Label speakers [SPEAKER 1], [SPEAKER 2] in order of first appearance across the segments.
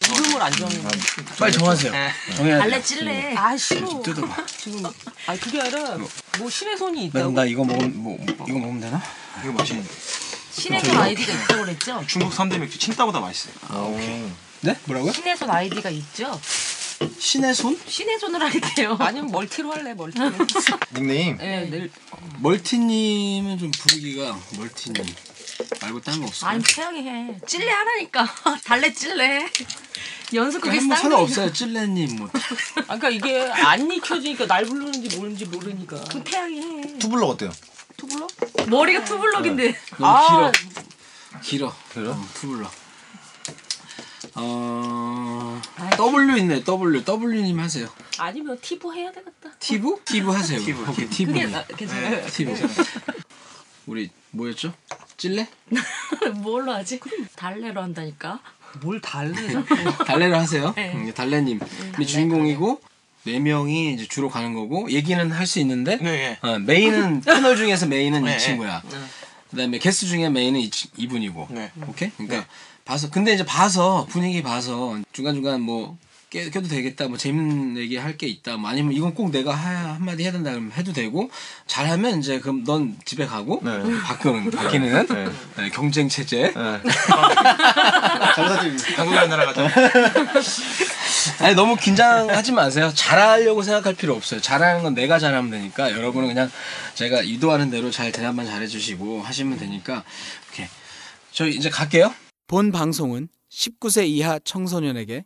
[SPEAKER 1] 정을 안 정해.
[SPEAKER 2] 빨리 정하세요. 예.
[SPEAKER 3] 네.
[SPEAKER 2] 정해야 돼.
[SPEAKER 4] 발레 찔래.
[SPEAKER 1] 아 싫어.
[SPEAKER 2] 뜯어봐.
[SPEAKER 1] 지금 아 그게 아니라 뭐 신의 손이 있다고.
[SPEAKER 2] 어. 나, 나 이거 먹으면 뭐 이거 먹으면 되나?
[SPEAKER 3] 네. 이거 맛있는데 뭐
[SPEAKER 4] 신혜선 아이디가 있다고 그랬죠?
[SPEAKER 3] 중국 3대 맥주 칭따보다 맛있어요
[SPEAKER 2] 아,
[SPEAKER 3] 음.
[SPEAKER 2] 네? 뭐라고요?
[SPEAKER 4] 신혜선 아이디가 있죠?
[SPEAKER 2] 신의 손?
[SPEAKER 4] 신혜선을 할게요.
[SPEAKER 1] 아니면 멀티로 할래 멀티로.
[SPEAKER 5] 닉네임
[SPEAKER 1] 네, 내일
[SPEAKER 2] 멀티님은 좀 부르기가 멀티님 말고 딴 거 없어요.
[SPEAKER 4] 아니 태양이 해. 찔레 하라니까. 달래 찔레. 연습 그게
[SPEAKER 2] 한번 사나
[SPEAKER 4] 싼 거니까.
[SPEAKER 2] 그러니까 없어요. 찔레님 뭐
[SPEAKER 1] 아, 그러니까 이게 안 익혀지니까 날 부르는지 모르는지 모르니까.
[SPEAKER 4] 태양이 해.
[SPEAKER 5] 투블럭 어때요?
[SPEAKER 1] 투블럭?
[SPEAKER 2] 네.
[SPEAKER 4] 머리가 투블럭인데.
[SPEAKER 2] 너무
[SPEAKER 1] 아.
[SPEAKER 2] 길어. 길어.
[SPEAKER 5] 길어?
[SPEAKER 2] 어, 투블럭. 어 W 있네 W W님 하세요.
[SPEAKER 1] 아니면 티보 해야 되겠다.
[SPEAKER 2] 티브? 티브 하세요.
[SPEAKER 3] 티브,
[SPEAKER 2] 오케이 티브.
[SPEAKER 3] 티브.
[SPEAKER 4] 그게 나, 괜찮아요.
[SPEAKER 2] 티브. 네. 우리 뭐였죠? 찔레?
[SPEAKER 4] 뭘로 하지? 달래로 한다니까.
[SPEAKER 1] 뭘 달래
[SPEAKER 2] 네.
[SPEAKER 1] 자꾸.
[SPEAKER 2] 달래를 하세요.
[SPEAKER 4] 네.
[SPEAKER 2] 음, 달래님이 주인공이고 네 명이 이제 주로 가는 거고 얘기는 할 수 있는데
[SPEAKER 3] 네,
[SPEAKER 2] 어, 메인은 패널 중에서 메인은
[SPEAKER 3] 네,
[SPEAKER 2] 이
[SPEAKER 3] 네.
[SPEAKER 2] 친구야. 그다음에 게스트 중에 메인은 이, 친- 이분이고.
[SPEAKER 3] 네.
[SPEAKER 2] 오케이. 그러니까 봐서 근데 이제 봐서 분위기 봐서 중간 중간 뭐 깨, 껴도 되겠다 뭐 재밌는 얘기 할 게 있다 뭐 아니면 이건 꼭 내가 하- 한마디 해야 된다 그러면 해도 되고 잘하면 이제 그럼 넌 집에 가고
[SPEAKER 5] 네.
[SPEAKER 2] 바뀌는 바뀌는
[SPEAKER 5] 네.
[SPEAKER 2] 네, 경쟁 체제
[SPEAKER 5] 네. 잘못하지
[SPEAKER 3] 한국이라는 나라 같아
[SPEAKER 2] 아니 너무 긴장하지 마세요. 잘하려고 생각할 필요 없어요. 잘하는 건 내가 잘하면 되니까 여러분은 그냥 제가 유도하는 대로 잘 대답만 잘해주시고 하시면 되니까 이렇게 저희 이제 갈게요.
[SPEAKER 6] 본 방송은 19세 이하 청소년에게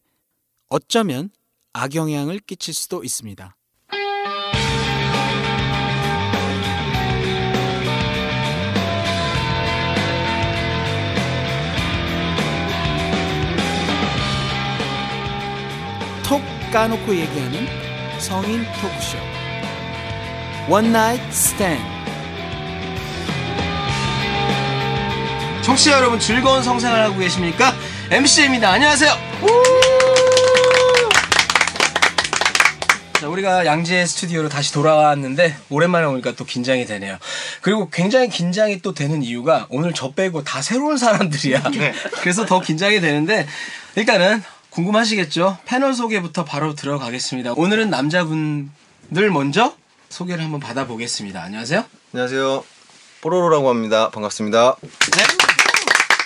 [SPEAKER 6] 어쩌면 악영향을 끼칠 수도 있습니다. 톡 까놓고 얘기하는 성인 토크쇼 원나잇 스탠드
[SPEAKER 2] 청취자 여러분 즐거운 성생활 하고 계십니까? MC입니다. 안녕하세요. 자, 우리가 양재 스튜디오로 다시 돌아왔는데 오랜만에 오니까 또 긴장이 되네요. 그리고 굉장히 긴장이 또 되는 이유가 오늘 저 빼고 다 새로운 사람들이야. 그래서 더 긴장이 되는데 일단은 궁금하시겠죠? 패널 소개부터 바로 들어가겠습니다. 오늘은 남자분들 먼저 소개를 한번 받아보겠습니다. 안녕하세요.
[SPEAKER 5] 안녕하세요 뽀로로라고 합니다 반갑습니다
[SPEAKER 2] 네.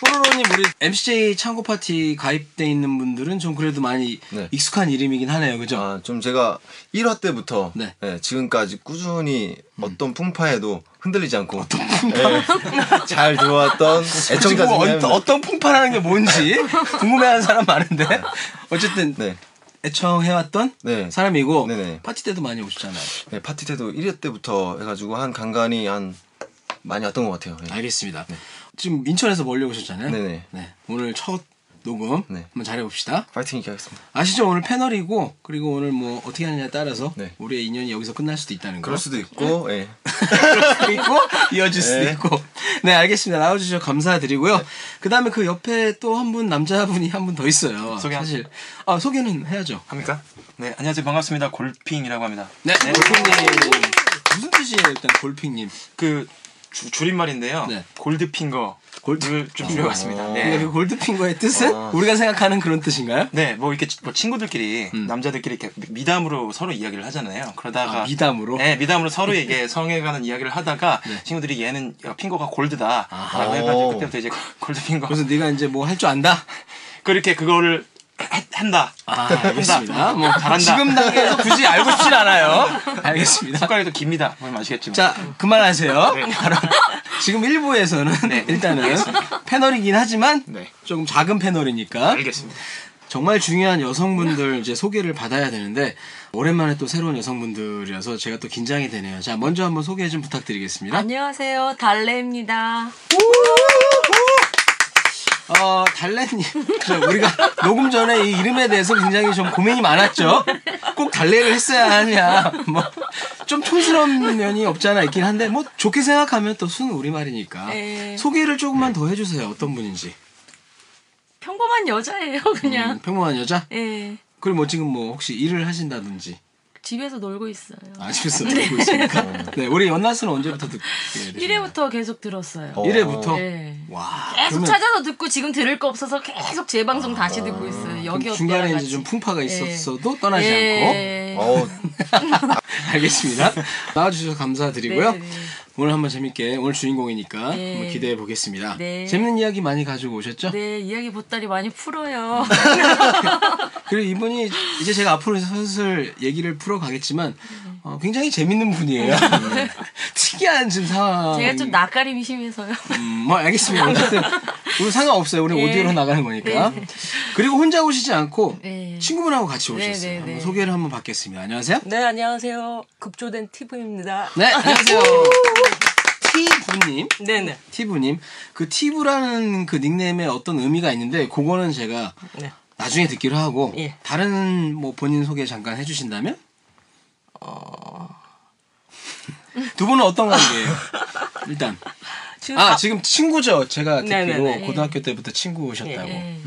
[SPEAKER 2] 뽀로로님 우리 MCJ 창고 파티 가입돼 있는 분들은 좀 그래도 많이
[SPEAKER 5] 네.
[SPEAKER 2] 익숙한 이름이긴 하네요, 그죠?
[SPEAKER 5] 아, 좀 제가 1화 때부터
[SPEAKER 2] 네.
[SPEAKER 5] 예, 지금까지 꾸준히 어떤 풍파에도 흔들리지 않고 예, 잘 들어왔던
[SPEAKER 2] 지금 어,
[SPEAKER 5] 애청자들입니다
[SPEAKER 2] 어떤 풍파라는 게 뭔지 궁금해하는 사람 많은데 어쨌든
[SPEAKER 5] 네.
[SPEAKER 2] 애청해왔던
[SPEAKER 5] 네.
[SPEAKER 2] 사람이고
[SPEAKER 5] 네네.
[SPEAKER 2] 파티 때도 많이 오셨잖아요.
[SPEAKER 5] 네, 파티 때도 1회 때부터 해가지고 한 간간히 한 많이 왔던 것 같아요 예.
[SPEAKER 2] 알겠습니다. 지금 인천에서 멀리 오셨잖아요.
[SPEAKER 5] 네네.
[SPEAKER 2] 네, 오늘 첫 녹음
[SPEAKER 5] 네.
[SPEAKER 2] 한번 잘해봅시다.
[SPEAKER 5] 파이팅 있게 하겠습니다
[SPEAKER 2] 아시죠? 오늘 패널이고 그리고 오늘 뭐 어떻게 하느냐에 따라서
[SPEAKER 5] 네.
[SPEAKER 2] 우리의 인연이 여기서 끝날 수도 있다는 거.
[SPEAKER 5] 그럴 수도 있고 예.
[SPEAKER 2] 수도 있고 이어질 수도
[SPEAKER 5] 네.
[SPEAKER 2] 있고 네 알겠습니다 나와주셔서 감사드리고요 그 다음에 그 옆에 또 한 분 남자분이 한 분 더 있어요
[SPEAKER 3] 소개 한-
[SPEAKER 2] 사실 아 소개는 해야죠
[SPEAKER 3] 합니까? 네 안녕하세요 반갑습니다 골핑이라고 합니다
[SPEAKER 2] 네, 골핑님 무슨 뜻이에요 일단 골핑님
[SPEAKER 3] 그 주- 줄임말인데요
[SPEAKER 2] 네.
[SPEAKER 3] 골드핑거 골드를 좀 줄여봤습니다
[SPEAKER 2] 그러니까
[SPEAKER 3] 네.
[SPEAKER 2] 그 골드핑거의 뜻은
[SPEAKER 5] 아.
[SPEAKER 2] 우리가 생각하는 그런 뜻인가요?
[SPEAKER 3] 네, 뭐 이렇게 뭐 친구들끼리
[SPEAKER 2] 음.
[SPEAKER 3] 남자들끼리 이렇게 미- 미담으로 서로 이야기를 하잖아요. 그러다가
[SPEAKER 2] 아, 미담으로?
[SPEAKER 3] 네, 미담으로 서로 이게 성에 관한 이야기를 하다가
[SPEAKER 2] 네.
[SPEAKER 3] 친구들이 얘는 핑거가 골드다라고
[SPEAKER 5] 아하.
[SPEAKER 3] 해가지고 그때부터
[SPEAKER 2] 어.
[SPEAKER 3] 이제 골드 핑거
[SPEAKER 2] 그래서 네가 이제 뭐 할 줄 안다
[SPEAKER 3] 그렇게 그거를 해- 한다.
[SPEAKER 2] 아 알겠습니다 뭐
[SPEAKER 3] 잘한다.
[SPEAKER 2] 지금 단계에서 굳이 알고 싶진 않아요 알겠습니다
[SPEAKER 3] 숟가락이 더 깁니다. 보면 아시겠지만.
[SPEAKER 2] 자 그만하세요. 바로 지금 1부에서는
[SPEAKER 3] 네.
[SPEAKER 2] 일단은 패널이긴 하지만
[SPEAKER 3] 네.
[SPEAKER 2] 조금 작은 패널이니까
[SPEAKER 3] 알겠습니다.
[SPEAKER 2] 정말 중요한 여성분들 이제 소개를 받아야 되는데 오랜만에 또 새로운 여성분들이어서 제가 또 긴장이 되네요. 자 먼저 한번 소개 좀 부탁드리겠습니다.
[SPEAKER 4] 안녕하세요. 달래입니다.
[SPEAKER 2] 어 달래님 저 우리가 녹음 전에 이 이름에 대해서 굉장히 좀 고민이 많았죠. 꼭 달래를 했어야 하냐 뭐 좀 촌스러운 면이 없잖아 있긴 한데 뭐 좋게 생각하면 또 순 우리말이니까
[SPEAKER 4] 네.
[SPEAKER 2] 소개를 조금만 더 해주세요. 어떤 분인지.
[SPEAKER 4] 평범한 여자예요,
[SPEAKER 2] 음,
[SPEAKER 4] 그냥.
[SPEAKER 2] 평범한 여자?
[SPEAKER 4] 예.
[SPEAKER 2] 그리고 뭐 지금 뭐 혹시 일을 하신다든지
[SPEAKER 4] 집에서 놀고 있어요.
[SPEAKER 2] 아쉽서
[SPEAKER 4] 네.
[SPEAKER 2] 듣고 있으니까 네 우리 연나스는 언제부터 듣게 되요
[SPEAKER 4] 1회부터 계속 들었어요.
[SPEAKER 5] 어.
[SPEAKER 2] 1회부터
[SPEAKER 4] 예.
[SPEAKER 2] 와
[SPEAKER 4] 계속
[SPEAKER 2] 그러면
[SPEAKER 4] 찾아서 듣고 지금 예. 들을 거 없어서 계속 재방송 다시 듣고 있어요. 네,
[SPEAKER 2] 그럼
[SPEAKER 4] 여기
[SPEAKER 2] 중간에 이제 좀 풍파가 있었어도 떠나지 않고
[SPEAKER 5] 어,
[SPEAKER 2] 알겠습니다. 나와주셔서 감사드리고요.
[SPEAKER 4] 네, 네.
[SPEAKER 2] 오늘 한번 재밌게 오늘 주인공이니까
[SPEAKER 4] 네.
[SPEAKER 2] 한번 기대해 보겠습니다.
[SPEAKER 4] 네.
[SPEAKER 2] 재밌는 이야기 많이 가지고 오셨죠?
[SPEAKER 4] 네, 이야기 보따리 많이 풀어요.
[SPEAKER 2] 음. 그리고 이분이 이제 제가 앞으로 슬슬 얘기를 풀어가겠지만
[SPEAKER 4] 네.
[SPEAKER 2] 어, 굉장히 재밌는 분이에요. 특이한 지금 상황.
[SPEAKER 4] 제가 좀 낯가림이 심해서요.
[SPEAKER 2] 음, 뭐 알겠습니다. 어쨌든 우리 상관없어요. 우리
[SPEAKER 4] 네.
[SPEAKER 2] 오디오로 나가는 거니까. 그리고 혼자 오시지 않고
[SPEAKER 4] 네.
[SPEAKER 2] 친구분하고 같이
[SPEAKER 4] 네,
[SPEAKER 2] 오셨어요.
[SPEAKER 4] 네,
[SPEAKER 2] 한번
[SPEAKER 4] 네.
[SPEAKER 2] 소개를 한번 받겠습니다. 안녕하세요.
[SPEAKER 1] 네, 안녕하세요. 급조된 티브입니다.
[SPEAKER 2] 네, 안녕하세요. 티부님.
[SPEAKER 1] 네네.
[SPEAKER 2] 티브님. 그 티브라는 그 닉네임에 어떤 의미가 있는데 그거는 제가
[SPEAKER 1] 네.
[SPEAKER 2] 나중에 듣기로 하고
[SPEAKER 1] 예.
[SPEAKER 2] 다른 뭐 본인 소개 잠깐 해주신다면? 어. 두 분은 어떤 관계예요? 일단
[SPEAKER 1] 지금
[SPEAKER 2] 아
[SPEAKER 1] 다-
[SPEAKER 2] 지금 친구죠. 제가 듣기로
[SPEAKER 1] 네네네. 예,
[SPEAKER 2] 고등학교 때부터 친구셨다고
[SPEAKER 4] 네.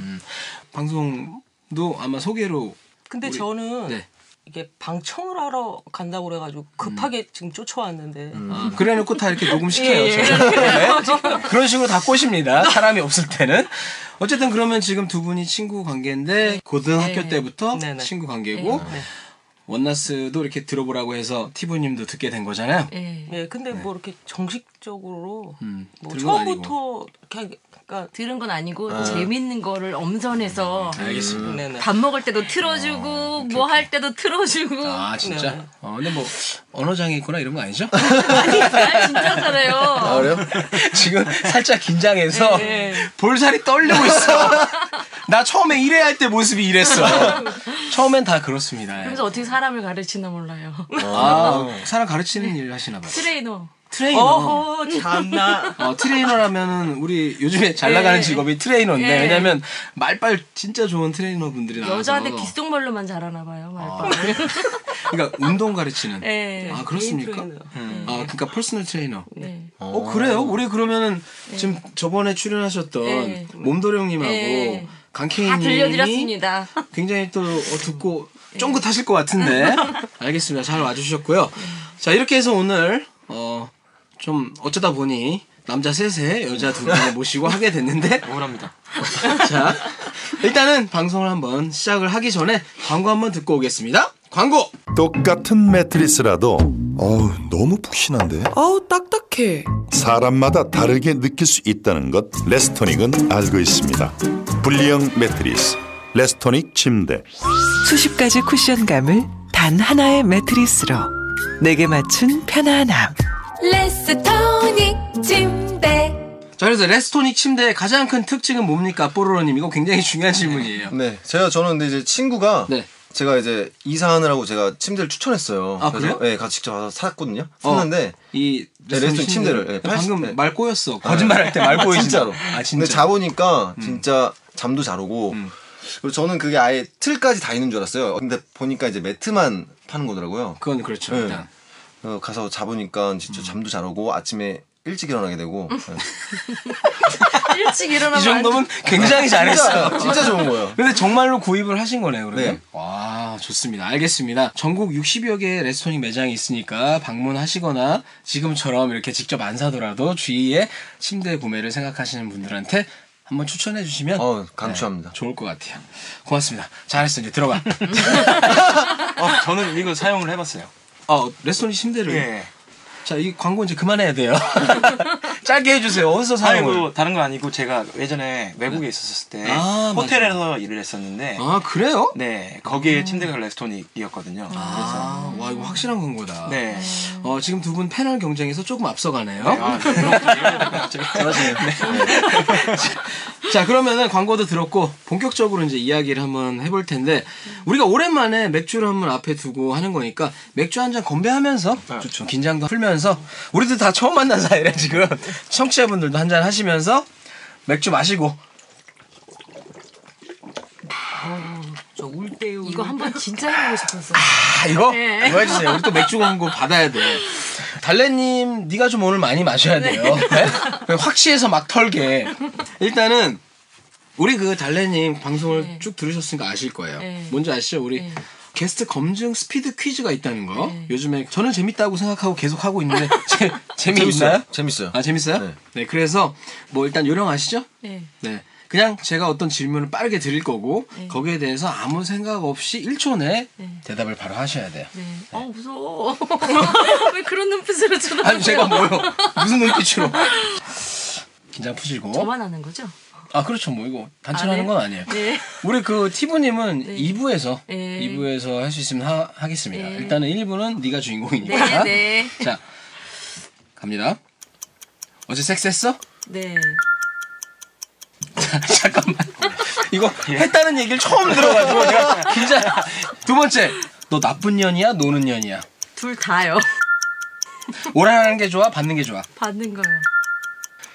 [SPEAKER 2] 방송도 아마 소개로
[SPEAKER 1] 근데
[SPEAKER 2] 우리-
[SPEAKER 1] 저는
[SPEAKER 2] 네.
[SPEAKER 1] 이게 방청을 하러 간다고 그래가지고 급하게
[SPEAKER 2] 음.
[SPEAKER 1] 지금 쫓아왔는데
[SPEAKER 2] 아, 그래놓고 다 이렇게 녹음시켜요.
[SPEAKER 1] 음. 예, 예.
[SPEAKER 2] 저는. 네. 그런 식으로 다 꼬십니다. 사람이 없을 때는. 어쨌든 그러면 지금 두 분이 친구 관계인데 고등학교
[SPEAKER 4] 네.
[SPEAKER 2] 때부터
[SPEAKER 1] 네, 네.
[SPEAKER 2] 친구 관계고
[SPEAKER 1] 네.
[SPEAKER 2] 원나스도 이렇게 들어보라고 해서 티브님도 듣게 된 거잖아요.
[SPEAKER 4] 네.
[SPEAKER 1] 예, 근데 뭐 이렇게 정식적으로
[SPEAKER 2] 음,
[SPEAKER 1] 뭐
[SPEAKER 2] 들은 건 아니고.
[SPEAKER 1] 처음부터 이렇게 그러니까
[SPEAKER 4] 들은 건 아니고 재밌는 거를 엄선해서
[SPEAKER 2] 어. 음, 알겠습니다.
[SPEAKER 1] 네네.
[SPEAKER 4] 밥 먹을 때도 틀어주고 뭐 할 때도 틀어주고
[SPEAKER 2] 아 진짜?
[SPEAKER 1] 네.
[SPEAKER 2] 어, 근데 뭐 언어장애 있거나 이런 거 아니죠?
[SPEAKER 4] 아니 나 진짜 잘해요.
[SPEAKER 5] 아, 그래요?
[SPEAKER 2] 지금 살짝 긴장해서
[SPEAKER 1] 네.
[SPEAKER 2] 볼살이 떨리고 있어. 나 처음에 일회 할때 모습이 이랬어. 처음엔 다 그렇습니다. 예.
[SPEAKER 4] 그래서 어떻게 사람을 가르치나 몰라요.
[SPEAKER 2] 아, 사람 가르치는 일 하시나 봐요.
[SPEAKER 4] 트레이너.
[SPEAKER 2] 트레이너.
[SPEAKER 1] 어허
[SPEAKER 2] 음.
[SPEAKER 1] 참나
[SPEAKER 2] 어, 트레이너라면은 우리 요즘에 잘 나가는
[SPEAKER 4] 예.
[SPEAKER 2] 직업이 트레이너인데
[SPEAKER 4] 예.
[SPEAKER 2] 왜냐면 말빨 진짜 좋은 트레이너 분들이 나와서
[SPEAKER 4] 여자한테 귓속말로만 잘하나 봐요
[SPEAKER 2] 아,
[SPEAKER 4] 말빨.
[SPEAKER 2] 그러니까 운동 가르치는
[SPEAKER 4] 네.
[SPEAKER 2] 아 그렇습니까?
[SPEAKER 1] 개인 트레이너.
[SPEAKER 2] 음. 아 그러니까 퍼스널 트레이너.
[SPEAKER 4] 네.
[SPEAKER 2] 어 그래요? 우리 그러면은 지금 저번에 출연하셨던
[SPEAKER 4] 예.
[SPEAKER 2] 몸도령님하고
[SPEAKER 4] 예. 다
[SPEAKER 2] 강케이님이
[SPEAKER 4] 들려드렸습니다.
[SPEAKER 2] 굉장히 또 어, 듣고 쫑긋하실 것 같은데 알겠습니다. 잘 와주셨고요. 자 이렇게 해서 오늘 어 좀 어쩌다 보니 남자 셋에 여자 두 분을 모시고 하게 됐는데
[SPEAKER 3] 우울합니다.
[SPEAKER 2] 자 일단은 방송을 한번 시작을 하기 전에 광고 한번 듣고 오겠습니다. 광고.
[SPEAKER 7] 똑같은 매트리스라도 어우 너무 푹신한데
[SPEAKER 8] 어우 딱딱해
[SPEAKER 7] 사람마다 다르게 느낄 수 있다는 것 레스토닉은 알고 있습니다 분리형 매트리스 레스토닉 침대
[SPEAKER 8] 수십 가지 쿠션감을 단 하나의 매트리스로 내게 맞춘 편안함
[SPEAKER 9] 레스토닉 침대
[SPEAKER 2] 자 그래서 레스토닉 침대의 가장 큰 특징은 뭡니까 뽀로로님 이거 굉장히 중요한 질문이에요.
[SPEAKER 5] 네. 제가 저는 근데 이제 친구가
[SPEAKER 2] 네.
[SPEAKER 5] 제가 이제 이사하느라고 제가 침대를 추천했어요. 어.
[SPEAKER 2] 아,
[SPEAKER 5] 그래서
[SPEAKER 2] 그래요?
[SPEAKER 5] 네, 같이 직접 와서 샀거든요. 샀는데
[SPEAKER 2] 이
[SPEAKER 5] 네, 레스토닉 침대를, 예, 팔십-
[SPEAKER 2] 방금
[SPEAKER 5] 네.
[SPEAKER 2] 말 꼬였어 거짓말할 때 말 꼬이지
[SPEAKER 5] 진짜로.
[SPEAKER 2] 아 음. 진짜
[SPEAKER 5] 근데 자보니까 진짜 잠도 잘 오고
[SPEAKER 2] 음.
[SPEAKER 5] 그리고 저는 그게 아예 틀까지 다 있는 줄 알았어요. 근데 보니까 이제 매트만 파는 거더라고요.
[SPEAKER 2] 그건 그렇죠
[SPEAKER 5] 네.
[SPEAKER 2] 일단
[SPEAKER 5] 어, 가서 자보니까
[SPEAKER 2] 음.
[SPEAKER 5] 진짜 잠도 잘 오고 아침에 일찍 일어나게 되고 네.
[SPEAKER 4] 일찍 일어나면
[SPEAKER 2] 이 정도면 굉장히
[SPEAKER 5] 진짜,
[SPEAKER 2] 잘했어요
[SPEAKER 5] 진짜 좋은 거예요.
[SPEAKER 2] 근데 정말로 구입을 하신 거네요 그러면
[SPEAKER 5] 네.
[SPEAKER 2] 와 좋습니다 알겠습니다 전국 60여 개의 레스토닉 매장이 있으니까 방문하시거나 지금처럼 이렇게 직접 안 사더라도 주위에 침대 구매를 생각하시는 분들한테 한번 추천해 주시면
[SPEAKER 5] 어, 강추합니다.
[SPEAKER 2] 좋을 것 같아요 고맙습니다 잘했어 이제 들어가
[SPEAKER 3] 어, 저는 이거 사용을 해봤어요.
[SPEAKER 2] 어 레스토닉 침대를
[SPEAKER 3] 예.
[SPEAKER 2] 자, 이 광고 이제 그만해야 돼요. 짧게 해주세요. 어디서 사용을?
[SPEAKER 3] 아니고 다른 건 아니고 제가 예전에 외국에 있었을 때
[SPEAKER 2] 아,
[SPEAKER 3] 호텔에서 일을 했었는데
[SPEAKER 2] 아, 그래요?
[SPEAKER 3] 네 거기에 침대가 레스토닉이었거든요.
[SPEAKER 2] 아, 와, 이거 확실한 광고다.
[SPEAKER 3] 그래서 그렇죠. 네.
[SPEAKER 2] 어, 지금 두 분 패널 경쟁에서 조금 앞서가네요.
[SPEAKER 3] 아, 네. 갑자기.
[SPEAKER 2] 자, 그러면은 광고도 들었고, 본격적으로 이제 이야기를 한번 해볼 텐데, 우리가 오랜만에 맥주를 한번 앞에 두고 하는 거니까, 맥주 한 잔 건배하면서,
[SPEAKER 3] 네.
[SPEAKER 2] 좋죠. 긴장도 풀면서, 우리도 다 처음 만난 사이라 지금, 청취자분들도 한 잔 하시면서, 맥주 마시고,
[SPEAKER 1] 저울 때요
[SPEAKER 4] 이거 한번 진짜 해보고 싶었어.
[SPEAKER 2] 아, 이거
[SPEAKER 4] 네.
[SPEAKER 2] 이거 해주세요. 우리 또 맥주 광고 받아야 돼. 달래님, 네가 좀 오늘 많이 마셔야 돼요. 네? 확취해서 막 털게. 일단은 우리 그 달래님 방송을 쭉 들으셨으니까 아실 거예요.
[SPEAKER 4] 네.
[SPEAKER 2] 뭔지 아시죠? 우리 게스트 검증 스피드 퀴즈가 있다는 거.
[SPEAKER 4] 네.
[SPEAKER 2] 요즘에 저는 재밌다고 생각하고 계속 하고 있는데 재,
[SPEAKER 5] 재밌어요.
[SPEAKER 2] 재미있나요?
[SPEAKER 5] 재밌어요.
[SPEAKER 2] 아 재밌어요? 네.
[SPEAKER 5] 네.
[SPEAKER 2] 그래서 뭐 일단 요령 아시죠?
[SPEAKER 4] 네.
[SPEAKER 2] 네. 그냥 제가 어떤 질문을 빠르게 드릴 거고 거기에 대해서 아무 생각 없이 1초 내에 대답을 바로 하셔야 돼요.
[SPEAKER 4] 네. 아 무서워. 왜 그런 눈빛으로 쳐다보요
[SPEAKER 2] 아니 제가 뭐요? 무슨 눈빛으로? 긴장 푸시고.
[SPEAKER 4] 저만 하는 거죠?
[SPEAKER 2] 아 그렇죠 뭐 이거 단체로
[SPEAKER 4] 아,
[SPEAKER 2] 하는
[SPEAKER 4] 네?
[SPEAKER 2] 어? 건 아니에요.
[SPEAKER 4] 네.
[SPEAKER 2] 우리 그 티브님은
[SPEAKER 4] 네.
[SPEAKER 2] 2부에서
[SPEAKER 4] 네.
[SPEAKER 2] 2부에서 할 수 있으면 하, 하겠습니다.
[SPEAKER 4] 네.
[SPEAKER 2] 일단은 1부는 네가 주인공이니까.
[SPEAKER 4] 네, 네.
[SPEAKER 2] 자 갑니다. 어제 섹스했어?
[SPEAKER 4] 네.
[SPEAKER 2] 잠깐만. 이거
[SPEAKER 3] 예.
[SPEAKER 2] 했다는 얘기를 처음 들어가지고 제가 긴장. 두 번째. 너 나쁜 년이야? 노는 년이야?
[SPEAKER 4] 둘 다요.
[SPEAKER 2] 오라는 게 좋아? 받는 게 좋아?
[SPEAKER 4] 받는 거요.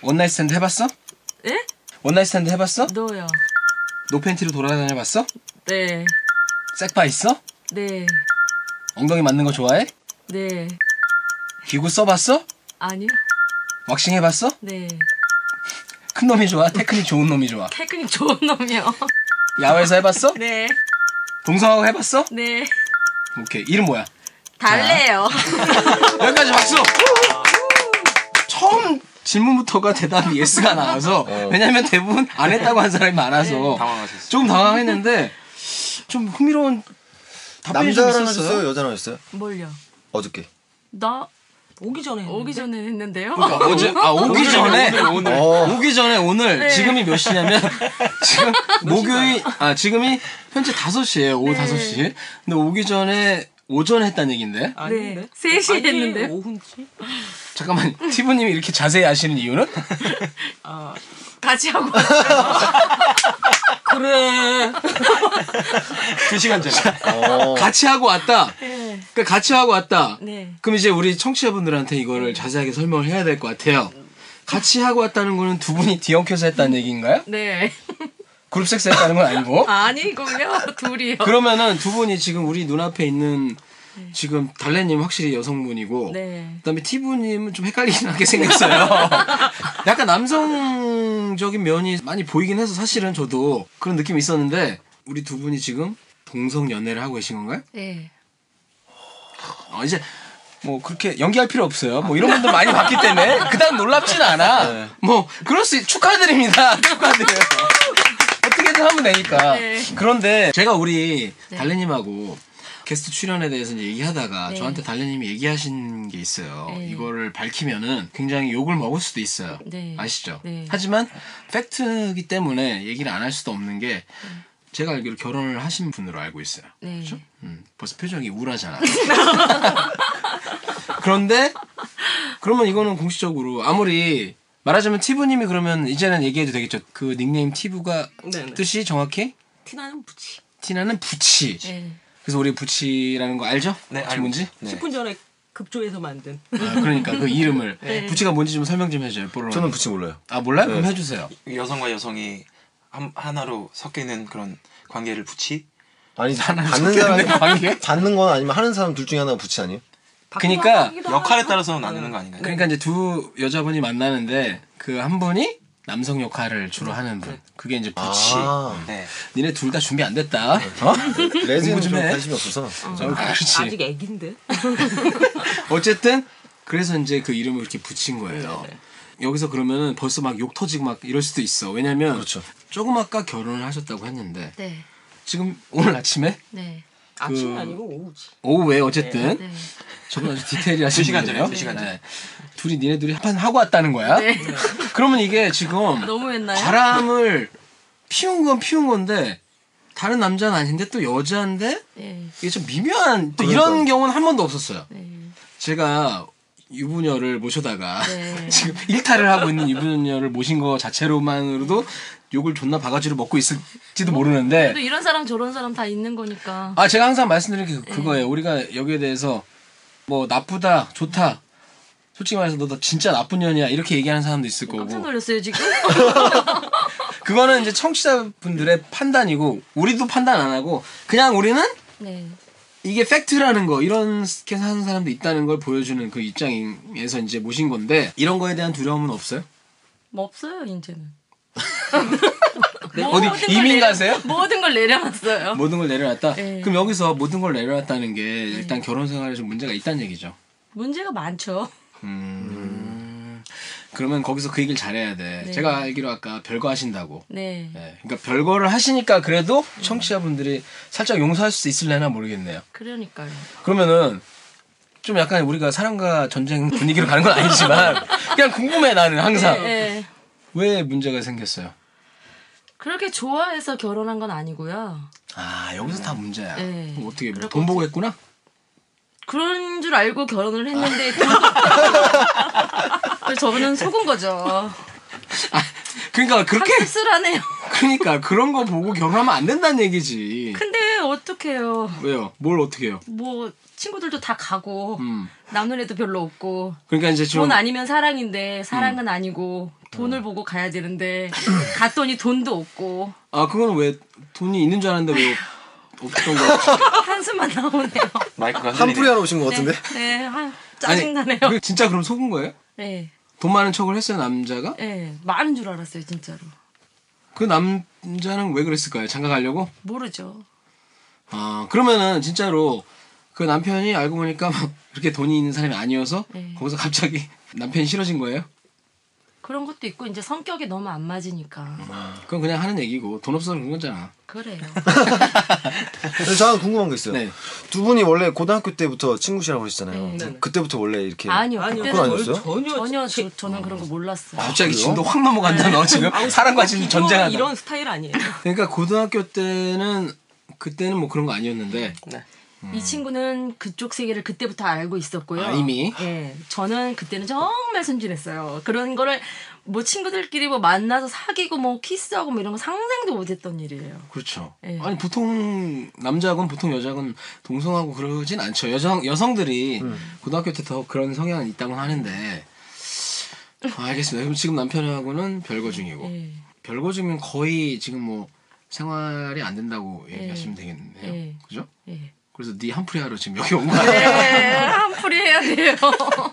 [SPEAKER 2] 원나잇 스탠드 해봤어?
[SPEAKER 4] 예?
[SPEAKER 2] 원나잇 스탠드 해봤어?
[SPEAKER 4] 너요.
[SPEAKER 2] 노 팬티로 돌아다녀봤어?
[SPEAKER 4] 네.
[SPEAKER 2] 섹파 있어?
[SPEAKER 4] 네.
[SPEAKER 2] 엉덩이 맞는 거 좋아해?
[SPEAKER 4] 네.
[SPEAKER 2] 기구 써봤어?
[SPEAKER 4] 아니요.
[SPEAKER 2] 왁싱 해봤어?
[SPEAKER 4] 네.
[SPEAKER 2] 큰 놈이 좋아? 테크닉 좋은 놈이 좋아?
[SPEAKER 4] 테크닉 좋은 놈이요.
[SPEAKER 2] 야외에서 해봤어?
[SPEAKER 4] 네.
[SPEAKER 2] 동성하고 해봤어?
[SPEAKER 4] 네.
[SPEAKER 2] 오케이 이름 뭐야?
[SPEAKER 4] 달래요.
[SPEAKER 2] 여기까지 박수! 처음 질문부터가 대답이 예스가 나와서 왜냐면 대부분 안 했다고 한 사람이 많아서
[SPEAKER 3] 어. 네. 당황하셨어요.
[SPEAKER 2] 조금 당황했는데 좀 흥미로운 답변이 좀
[SPEAKER 5] 남자랑
[SPEAKER 2] 있었어요.
[SPEAKER 5] 하셨어요? 여자랑 하셨어요?
[SPEAKER 4] 뭘요?
[SPEAKER 5] 어저께.
[SPEAKER 4] 나
[SPEAKER 1] 오기 전에
[SPEAKER 2] 네,
[SPEAKER 4] 오기 전에 했는데요.
[SPEAKER 2] 그러니까 어제 아 오기 전에 오늘
[SPEAKER 5] 어.
[SPEAKER 2] 오기 전에 오늘
[SPEAKER 4] 네.
[SPEAKER 2] 지금이 몇 시냐면 지금 목요일 아 지금이 현재 5시예요. 오후
[SPEAKER 4] 네.
[SPEAKER 2] 5시. 근데 오기 전에 오전에 했다는 얘긴데.
[SPEAKER 1] 아닌데?
[SPEAKER 4] 셋이
[SPEAKER 1] 아니,
[SPEAKER 4] 했는데요.
[SPEAKER 1] 오후인지?
[SPEAKER 2] 잠깐만.
[SPEAKER 3] 음.
[SPEAKER 2] 티브 님이 이렇게 자세히 아시는 이유는
[SPEAKER 4] 같이 하고 왔어요.
[SPEAKER 1] 그래.
[SPEAKER 3] 두 시간 전에.
[SPEAKER 5] 어.
[SPEAKER 2] 같이 하고 왔다.
[SPEAKER 4] 네.
[SPEAKER 2] 그러니까 같이 하고 왔다.
[SPEAKER 4] 네.
[SPEAKER 2] 그럼 이제 우리 청취자분들한테 이거를 자세하게 설명을 해야 될 것 같아요. 같이 하고 왔다는 거는 두 분이 뒤엉켜서 했다는 얘기인가요?
[SPEAKER 4] 네.
[SPEAKER 2] 그룹 섹스 했다는 건 아니고.
[SPEAKER 4] 아니군요. 둘이요.
[SPEAKER 2] 그러면은 두 분이 지금 우리 눈앞에 있는 지금 달래님 확실히 여성분이고
[SPEAKER 4] 네.
[SPEAKER 2] 그다음에 티브님은 좀 헷갈리긴 하게 생겼어요. 약간 남성적인 면이 많이 보이긴 해서 사실은 저도 그런 느낌이 있었는데 우리 두 분이 지금 동성 연애를 하고 계신 건가요?
[SPEAKER 4] 네.
[SPEAKER 2] 어, 이제 뭐 그렇게 연기할 필요 없어요. 뭐 이런 분들 많이 봤기 때문에 그다음 놀랍진 않아.
[SPEAKER 4] 네.
[SPEAKER 2] 뭐 그럴 수 있, 축하드립니다. 축하드려요. 어떻게든 하면 되니까.
[SPEAKER 4] 네.
[SPEAKER 2] 그런데 제가 우리 달래님하고 게스트 출연에 대해서 이제 얘기하다가
[SPEAKER 4] 네.
[SPEAKER 2] 저한테 달래님이 얘기하신 게 있어요.
[SPEAKER 4] 네.
[SPEAKER 2] 이거를 밝히면은 굉장히 욕을 먹을 수도 있어요.
[SPEAKER 4] 네.
[SPEAKER 2] 아시죠?
[SPEAKER 4] 네.
[SPEAKER 2] 하지만 팩트이기 때문에 얘기를 안 할 수도 없는 게 제가 알기로 결혼을 하신 분으로 알고 있어요.
[SPEAKER 4] 네.
[SPEAKER 2] 그렇죠? 음, 벌써 표정이 우울하잖아. 그런데 그러면 이거는 공식적으로 아무리 말하자면 티브님이 그러면 이제는 얘기해도 되겠죠. 그 닉네임 티브가
[SPEAKER 1] 네네.
[SPEAKER 2] 뜻이 정확히
[SPEAKER 1] 티나는 부치.
[SPEAKER 2] 티나는 부치.
[SPEAKER 4] 네.
[SPEAKER 2] 그래서 우리 부치라는 거 알죠?
[SPEAKER 3] 네,
[SPEAKER 2] 부치
[SPEAKER 3] 알고
[SPEAKER 2] 뭔지?
[SPEAKER 3] 네.
[SPEAKER 1] 10분 전에 급조해서 만든.
[SPEAKER 2] 아, 그러니까 그 이름을
[SPEAKER 3] 네.
[SPEAKER 2] 부치가 뭔지 좀 설명 좀 해줘요. 뽀로로.
[SPEAKER 5] 저는 네. 붙이 몰라요.
[SPEAKER 2] 아 몰라요? 그럼 해주세요.
[SPEAKER 3] 여성과 여성이 한, 하나로 섞여 있는 그런 관계를 붙이
[SPEAKER 5] 아니 받는
[SPEAKER 2] 섞였네,
[SPEAKER 5] 사람
[SPEAKER 2] 관계?
[SPEAKER 5] 받는 건 아니면 하는 사람 둘 중에 하나가 붙이 아니에요?
[SPEAKER 2] 그러니까
[SPEAKER 3] 역할에 따라서 나누는 거 아닌가요?
[SPEAKER 2] 그러니까 이제 두 여자분이 만나는데 그 한 분이 남성 역할을 주로 하는 분. 그게 이제 부치.
[SPEAKER 5] 아.
[SPEAKER 3] 네.
[SPEAKER 2] 니네 둘 다 준비 안 됐다. 어?
[SPEAKER 5] 레즈는 좀
[SPEAKER 2] 해.
[SPEAKER 5] 관심이 없어서.
[SPEAKER 2] 어, 그렇지.
[SPEAKER 1] 아직 애긴데.
[SPEAKER 2] 어쨌든 그래서 이제 그 이름을 이렇게 붙인 거예요. 여기서 그러면 벌써 막 욕 터지고 막 이럴 수도 있어. 왜냐면
[SPEAKER 5] 그렇죠.
[SPEAKER 2] 조금 아까 결혼을 하셨다고 했는데
[SPEAKER 4] 네.
[SPEAKER 2] 지금 오늘 아침에
[SPEAKER 4] 네.
[SPEAKER 1] 아침이 아니고 오후지.
[SPEAKER 2] 오후에 어쨌든
[SPEAKER 4] 네.
[SPEAKER 2] 저분 아주 디테일하신
[SPEAKER 3] 두 시간 전에,
[SPEAKER 2] 분이에요. 네.
[SPEAKER 3] 두 시간 전에.
[SPEAKER 2] 둘이 니네 둘이 한판 하고 왔다는 거야.
[SPEAKER 4] 네.
[SPEAKER 2] 그러면 이게 지금
[SPEAKER 4] 너무 했나요?
[SPEAKER 2] 바람을 피운 건 피운 건데 다른 남자는 아닌데 또 여자인데
[SPEAKER 4] 네.
[SPEAKER 2] 이게 좀 미묘한 또 이런 경우는 한 번도 없었어요.
[SPEAKER 4] 네.
[SPEAKER 2] 제가 유부녀를 모셔다가
[SPEAKER 4] 네.
[SPEAKER 2] 지금 일탈을 하고 있는 유부녀를 모신 거 자체로만으로도 욕을 존나 바가지로 먹고 있을지도 모르는데
[SPEAKER 4] 또 어, 이런 사람 저런 사람 다 있는 거니까.
[SPEAKER 2] 아 제가 항상 말씀드리는 게
[SPEAKER 4] 네.
[SPEAKER 2] 그- 그거예요. 우리가 여기에 대해서 뭐 나쁘다 좋다 솔직히 말해서 너, 너 진짜 나쁜 년이야 이렇게 얘기하는 사람도 있을
[SPEAKER 4] 깜짝
[SPEAKER 2] 거고
[SPEAKER 4] 놀랐어요 지금.
[SPEAKER 2] 그거는 이제 청취자분들의 판단이고 우리도 판단 안 하고 그냥 우리는
[SPEAKER 4] 네.
[SPEAKER 2] 이게 팩트라는 거 이렇게 사는 사람도 있다는 걸 보여주는 그 입장에서 이제 모신 건데 이런 거에 대한 두려움은 없어요?
[SPEAKER 4] 뭐 없어요 이제는.
[SPEAKER 2] 어디
[SPEAKER 4] 모든 걸
[SPEAKER 2] 이민
[SPEAKER 4] 내려-
[SPEAKER 2] 가세요?
[SPEAKER 4] 모든 걸 내려놨어요.
[SPEAKER 2] 모든 걸 내려놨다.
[SPEAKER 4] 네.
[SPEAKER 2] 그럼 여기서 모든 걸 내려놨다는 게 일단 결혼 생활에 좀 문제가 있다는 얘기죠.
[SPEAKER 4] 문제가 많죠.
[SPEAKER 2] 그러면 거기서 그 얘기를 잘해야 돼.
[SPEAKER 4] 네.
[SPEAKER 2] 제가 알기로 아까 별거 하신다고.
[SPEAKER 4] 네.
[SPEAKER 2] 예, 그러니까 별거를 하시니까 그래도 청취자분들이 살짝 용서할 수 있을려나 모르겠네요.
[SPEAKER 4] 그러니까요.
[SPEAKER 2] 그러면은 좀 약간 우리가 사랑과 전쟁 분위기로 가는 건 아니지만 그냥 궁금해 나는 항상
[SPEAKER 4] 네.
[SPEAKER 2] 왜 문제가 생겼어요.
[SPEAKER 4] 그렇게 좋아해서 결혼한 건 아니고요.
[SPEAKER 2] 아 여기서 다 문제야.
[SPEAKER 4] 네.
[SPEAKER 2] 그럼 어떻게
[SPEAKER 4] 그럴
[SPEAKER 2] 돈 보고 했구나?
[SPEAKER 4] 그런 줄 알고 결혼을
[SPEAKER 2] 아.
[SPEAKER 4] 했는데 그래서 저는 속은 거죠.
[SPEAKER 2] 그러니까 그렇게
[SPEAKER 4] 참 쓸쓸하네요.
[SPEAKER 2] 그러니까 그런 거 보고 결혼하면 안 된다는 얘기지.
[SPEAKER 4] 근데 어떡해요.
[SPEAKER 2] 왜요? 뭘 어떻게 해요?
[SPEAKER 4] 뭐 친구들도 다 가고
[SPEAKER 2] 음.
[SPEAKER 4] 남는 애도 별로 없고
[SPEAKER 2] 그러니까 이제 좀
[SPEAKER 4] 돈 아니면 사랑인데 사랑은 아니고 돈을 보고 가야 되는데 갔더니 돈도 없고
[SPEAKER 2] 아 그건 왜 돈이 있는 줄 알았는데 왜 어- 없던 거야?
[SPEAKER 4] 한숨만 나오네요.
[SPEAKER 3] 마이크가
[SPEAKER 5] 한풀이
[SPEAKER 2] 음.
[SPEAKER 3] 흔들리네.
[SPEAKER 5] 하러 오신 것 같은데?
[SPEAKER 4] 네, 아유,
[SPEAKER 2] 아니,
[SPEAKER 4] 짜증나네요.
[SPEAKER 2] 그 진짜 그럼 속은 거예요?
[SPEAKER 4] 네,
[SPEAKER 2] 돈 많은 척을 했어요 남자가?
[SPEAKER 4] 네, 많은 줄 알았어요 진짜로.
[SPEAKER 2] 그 남자는 왜 그랬을까요? 장가 가려고?
[SPEAKER 4] 모르죠.
[SPEAKER 2] 아 그러면은 진짜로 그 남편이 알고 보니까 막 이렇게 돈이 있는 사람이 아니어서
[SPEAKER 4] 네.
[SPEAKER 2] 거기서 갑자기 남편이 싫어진 거예요?
[SPEAKER 4] 그런 것도 있고 이제 성격이 너무 안 맞으니까
[SPEAKER 2] 아, 그건 그냥 하는 얘기고 돈 없어서 그런 거잖아.
[SPEAKER 4] 그래요.
[SPEAKER 5] 근데 저 하나 궁금한 거 있어요.
[SPEAKER 2] 네.
[SPEAKER 5] 두 분이 원래 고등학교 때부터 친구시라고 그러셨잖아요.
[SPEAKER 4] 네.
[SPEAKER 5] 그때부터 원래 이렇게
[SPEAKER 4] 아니요,
[SPEAKER 1] 아니요.
[SPEAKER 4] 그때는
[SPEAKER 5] 그건 아니었어요?
[SPEAKER 1] 전혀
[SPEAKER 4] 전혀 저, 저는 아, 그런 거 몰랐어요.
[SPEAKER 2] 갑자기 지금 너 확 넘어간다
[SPEAKER 4] 네.
[SPEAKER 2] 너 지금 사랑과 지금 전쟁한다.
[SPEAKER 1] 이런 스타일 아니에요.
[SPEAKER 2] 그러니까 고등학교 때는 그때는 뭐 그런 거 아니었는데
[SPEAKER 1] 네.
[SPEAKER 4] 이 친구는 그쪽 세계를 그때부터 알고 있었고요.
[SPEAKER 2] 아, 이미?
[SPEAKER 4] 예. 저는 그때는 정말 순진했어요. 그런 거를 뭐 친구들끼리 뭐 만나서 사귀고 뭐 키스하고 뭐 이런 거 상상도 못했던 일이에요.
[SPEAKER 2] 그렇죠.
[SPEAKER 4] 예.
[SPEAKER 2] 아니 보통 남자건 보통 여자건 동성하고 그러진 않죠. 여성 여성들이
[SPEAKER 4] 음.
[SPEAKER 2] 고등학교 때 더 그런 성향은 있다고 하는데 아, 알겠습니다. 그럼 지금 남편하고는 별거 중이고
[SPEAKER 4] 예.
[SPEAKER 2] 별거 중이면 거의 지금 뭐 생활이 안 된다고 얘기하시면 되겠네요.
[SPEAKER 4] 예.
[SPEAKER 2] 그죠?
[SPEAKER 4] 예.
[SPEAKER 2] 그래서 네 한풀이 하러 지금 여기 온 거야.
[SPEAKER 4] 예, 한풀이 해야 돼요.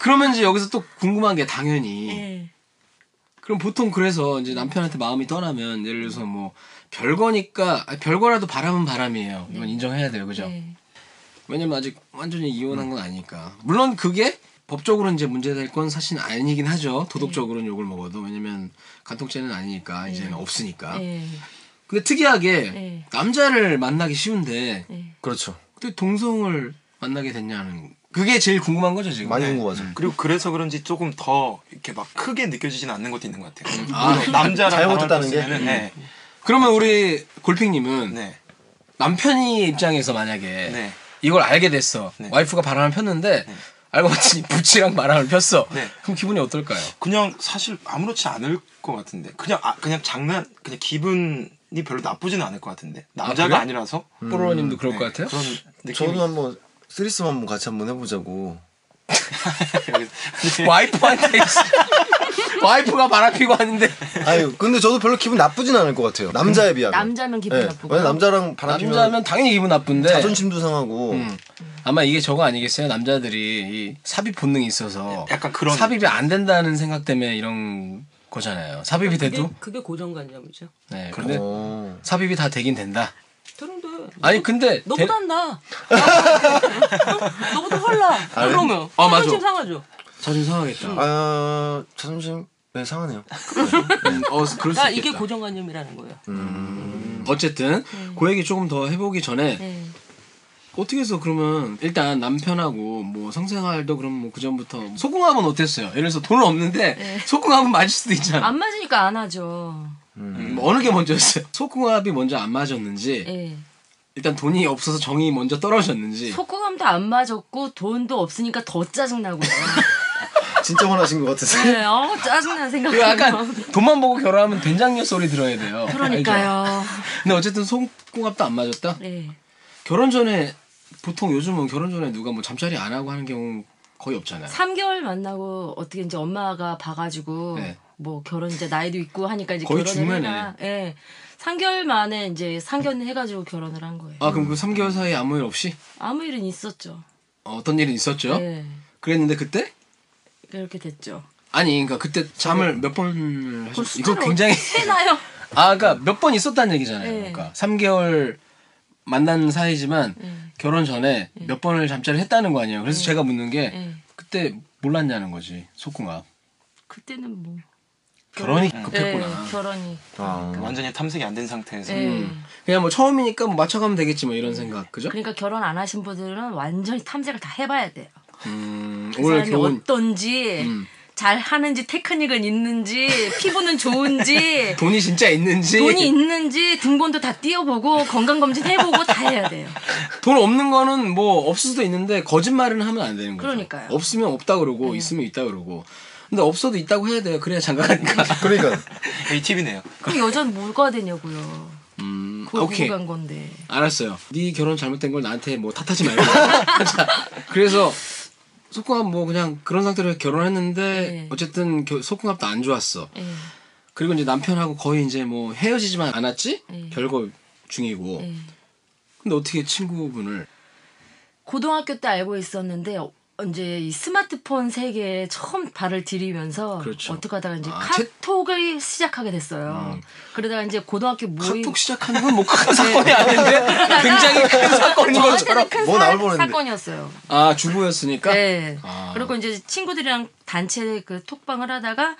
[SPEAKER 2] 그러면 이제 여기서 또 궁금한 게 당연히
[SPEAKER 4] 예.
[SPEAKER 2] 그럼 보통 그래서 이제 남편한테 마음이 떠나면 예를 들어서 뭐 별거니까 아니, 별거라도 바람은 바람이에요. 이건 인정해야 돼요, 그죠?
[SPEAKER 4] 예.
[SPEAKER 2] 왜냐면 아직 완전히 이혼한 건 아니니까. 물론 그게 법적으로 이제 문제될 건 사실 아니긴 하죠. 도덕적으로는 욕을 먹어도 왜냐면 간통죄는 아니니까 이제는 없으니까.
[SPEAKER 4] 예.
[SPEAKER 2] 근데 특이하게
[SPEAKER 4] 네.
[SPEAKER 2] 남자를 만나기 쉬운데
[SPEAKER 4] 예,
[SPEAKER 5] 그렇죠.
[SPEAKER 2] 어떻게 동성을 만나게 됐냐는 그게 제일 궁금한 거죠 지금.
[SPEAKER 5] 많이
[SPEAKER 2] 네.
[SPEAKER 5] 궁금하죠.
[SPEAKER 3] 그리고 그래서 그런지 조금 더 이렇게 막 크게 느껴지진 않는 것도 있는 것 같아요.
[SPEAKER 2] 아.
[SPEAKER 3] 오히려 남자랑
[SPEAKER 5] 잘못했다는
[SPEAKER 3] 바람을 폈으면은, 네.
[SPEAKER 2] 그러면 우리 골핑님은
[SPEAKER 3] 네.
[SPEAKER 2] 남편이 입장에서 만약에
[SPEAKER 3] 네.
[SPEAKER 2] 이걸 알게 됐어.
[SPEAKER 3] 네.
[SPEAKER 2] 와이프가 바람을 폈는데 알고 봤더니 부치랑 바람을 폈어.
[SPEAKER 3] 네.
[SPEAKER 2] 그럼 기분이 어떨까요?
[SPEAKER 3] 그냥 사실 아무렇지 않을 것 같은데 그냥 아, 그냥 장난 그냥 기분이 별로 나쁘진 않을 것 같은데
[SPEAKER 2] 그래요?
[SPEAKER 3] 남자가 아, 니라서
[SPEAKER 2] 뽀로로님도 그럴 것 같아요?
[SPEAKER 3] 네. 그런 느낌이
[SPEAKER 5] 저도 한번 쓰리썸 한번 같이 한번 해보자고.
[SPEAKER 2] 와이프한테 와이프가 바람 피고 하는데
[SPEAKER 5] 아니 근데 저도 별로 기분 나쁘진 않을 것 같아요. 남자에 비하면.
[SPEAKER 4] 그 남자면 기분
[SPEAKER 5] 네.
[SPEAKER 4] 나쁘고.
[SPEAKER 5] 왜냐면 남자랑 바람 피면
[SPEAKER 2] 남자면 네. 음. 당연히 기분 나쁜데
[SPEAKER 5] 자존심도 상하고
[SPEAKER 2] 아마 이게 저거 아니겠어요? 남자들이 이 삽입 본능이 있어서
[SPEAKER 3] 약간 그런
[SPEAKER 2] 삽입이 안 된다는 생각 때문에 이런 거잖아요. 삽입이
[SPEAKER 1] 그게,
[SPEAKER 2] 돼도
[SPEAKER 1] 그게 고정관념이죠.
[SPEAKER 2] 네, 근데
[SPEAKER 5] 어.
[SPEAKER 2] 삽입이 다 되긴 된다.
[SPEAKER 1] 그런데
[SPEAKER 2] 아니 근데 대-
[SPEAKER 1] 너보다 안 나. 너보다 헐나. 그러면
[SPEAKER 2] 아, 맞아.
[SPEAKER 1] 자존심 상하죠.
[SPEAKER 2] 자존심
[SPEAKER 1] 음.
[SPEAKER 2] 상하겠다.
[SPEAKER 5] 아 자존심 네 상하네요.
[SPEAKER 2] 어, 그럴 수
[SPEAKER 1] 그러니까
[SPEAKER 2] 있겠다. 음.
[SPEAKER 1] 이게 고정관념이라는 거예요.
[SPEAKER 2] 어쨌든
[SPEAKER 1] 음.
[SPEAKER 2] 그 얘기 조금 더 해보기 전에
[SPEAKER 4] 네.
[SPEAKER 2] 어떻게 해서 그러면 일단 남편하고 뭐 성생활도 그럼 뭐 그전부터 소궁합은 어땠어요? 예를 들어서 돈 없는데
[SPEAKER 1] 네.
[SPEAKER 2] 소궁합은 맞을 수도 있잖아.
[SPEAKER 4] 안 맞으니까 안 하죠.
[SPEAKER 2] 음, 어느 게 먼저였어요? 소궁합이 먼저 안 맞았는지
[SPEAKER 4] 예.
[SPEAKER 2] 일단 돈이 없어서 정이 먼저 떨어졌는지
[SPEAKER 4] 속구감도 안 맞았고 돈도 없으니까 더 짜증나고요.
[SPEAKER 5] 진짜 화나신 것 같아서.
[SPEAKER 4] 네, 어, 짜증나 생각.
[SPEAKER 2] 그 약간 돈만 보고 결혼하면 된장녀 소리 들어야 돼요. 알죠?
[SPEAKER 4] 아, 네. 그러니까요.
[SPEAKER 2] 근데 어쨌든 소궁합도 안 맞았다.
[SPEAKER 4] 네.
[SPEAKER 2] 결혼 전에 보통 요즘은 결혼 전에 누가 뭐 잠자리 안 하고 하는 경우 거의 없잖아요.
[SPEAKER 4] 3개월 만나고 어떻게 이제 엄마가 봐가지고
[SPEAKER 2] 네.
[SPEAKER 4] 뭐 결혼 이제 나이도 있고 하니까 이제
[SPEAKER 2] 거의
[SPEAKER 4] 결혼을
[SPEAKER 2] 중년이네.
[SPEAKER 4] 해라. 예. 3개월 만에 이제 상견 해가지고 결혼을 한 거예요.
[SPEAKER 2] 아 그럼 그 3개월 사이에 아무 일 없이
[SPEAKER 4] 아무 일은 있었죠.
[SPEAKER 2] 어떤 일은 있었죠?
[SPEAKER 4] 예.
[SPEAKER 2] 그랬는데 그때
[SPEAKER 4] 그렇게 됐죠.
[SPEAKER 2] 아니 그러니까 그때
[SPEAKER 4] 네.
[SPEAKER 2] 잠을 몇 번
[SPEAKER 4] 그
[SPEAKER 2] 하셨... 이거
[SPEAKER 4] 숫자를
[SPEAKER 2] 굉장히
[SPEAKER 4] 어떻게 나요?
[SPEAKER 2] 아 그러니까 몇 번 있었다는 얘기잖아요.
[SPEAKER 4] 네.
[SPEAKER 2] 그러니까 3개월 만난
[SPEAKER 4] 음.
[SPEAKER 2] 사이지만 결혼 전에 몇 번을 잠자리 했다는 거 아니에요. 그래서 제가 묻는 게
[SPEAKER 4] 네.
[SPEAKER 2] 그때 몰랐냐는 거지 속궁합.
[SPEAKER 4] 그때는 뭐
[SPEAKER 2] 결혼이
[SPEAKER 4] 네,
[SPEAKER 2] 급했구나. 음.
[SPEAKER 4] 결혼이
[SPEAKER 2] 아.
[SPEAKER 3] 완전히 탐색이 안 된 상태에서
[SPEAKER 4] 네.
[SPEAKER 2] 그냥 뭐 처음이니까 뭐 맞춰가면 되겠지 뭐 이런 생각 그죠?
[SPEAKER 4] 그러니까 결혼 안 하신 분들은 완전히 탐색을 다 해봐야 돼요.
[SPEAKER 2] 음,
[SPEAKER 4] 그
[SPEAKER 2] 올
[SPEAKER 4] 사람이
[SPEAKER 2] 겨울
[SPEAKER 4] 어떤지
[SPEAKER 2] 음.
[SPEAKER 4] 잘 하는지 테크닉은 있는지 피부는 좋은지
[SPEAKER 2] 돈이 진짜 있는지
[SPEAKER 4] 돈이 있는지 등본도 다 띄워보고 건강 검진 해보고 다 해야 돼요.
[SPEAKER 2] 돈 없는 거는 뭐 없을 수도 있는데 거짓말은 하면 안 되는 거죠.
[SPEAKER 4] 그러니까요. 음.
[SPEAKER 2] 없으면 없다 그러고 있으면 있다 그러고. 근데 없어도 있다고 해야 돼요. 그래야 장가
[SPEAKER 4] 음.
[SPEAKER 2] 가니까.
[SPEAKER 5] 그러니까
[SPEAKER 3] 이 팁이네요.
[SPEAKER 4] 그럼 여자는 뭐가 되냐고요.
[SPEAKER 2] 음,
[SPEAKER 4] 그걸
[SPEAKER 2] 오케이.
[SPEAKER 4] 보고 간 건데.
[SPEAKER 2] 알았어요. 네 결혼 잘못된 걸 나한테 뭐 탓하지 말고. 자, 그래서 속궁합 뭐 그냥 그런 상태로 결혼했는데
[SPEAKER 4] 네.
[SPEAKER 2] 어쨌든 겨- 속궁합도 안 좋았어.
[SPEAKER 4] 예.
[SPEAKER 2] 그리고 이제 남편하고 거의 이제 뭐 헤어지지만 않았지?
[SPEAKER 4] 네.
[SPEAKER 2] 결거 중이고.
[SPEAKER 4] 예.
[SPEAKER 2] 근데 어떻게 친구분을
[SPEAKER 4] 고등학교 때 알고 있었는데 어, 이제 이 스마트폰 세계에 처음 발을 들이면서
[SPEAKER 2] 그렇죠.
[SPEAKER 4] 어떻게 하다가 이제
[SPEAKER 2] 아, 음.
[SPEAKER 4] 카톡을 시작하게 됐어요. 그러다가 이제 고등학교 모임
[SPEAKER 2] 카톡 시작하는 건 뭐 큰 사건이
[SPEAKER 4] 네.
[SPEAKER 2] 아닌데 굉장히 큰 사건인 것처럼
[SPEAKER 4] 저한테는 큰
[SPEAKER 5] 뭐 나올 뻔했는데.
[SPEAKER 4] 사, 건이었어요
[SPEAKER 2] 아 주부였으니까
[SPEAKER 4] 네.
[SPEAKER 2] 아.
[SPEAKER 4] 그리고 이제 친구들이랑 단체 그 톡방을 하다가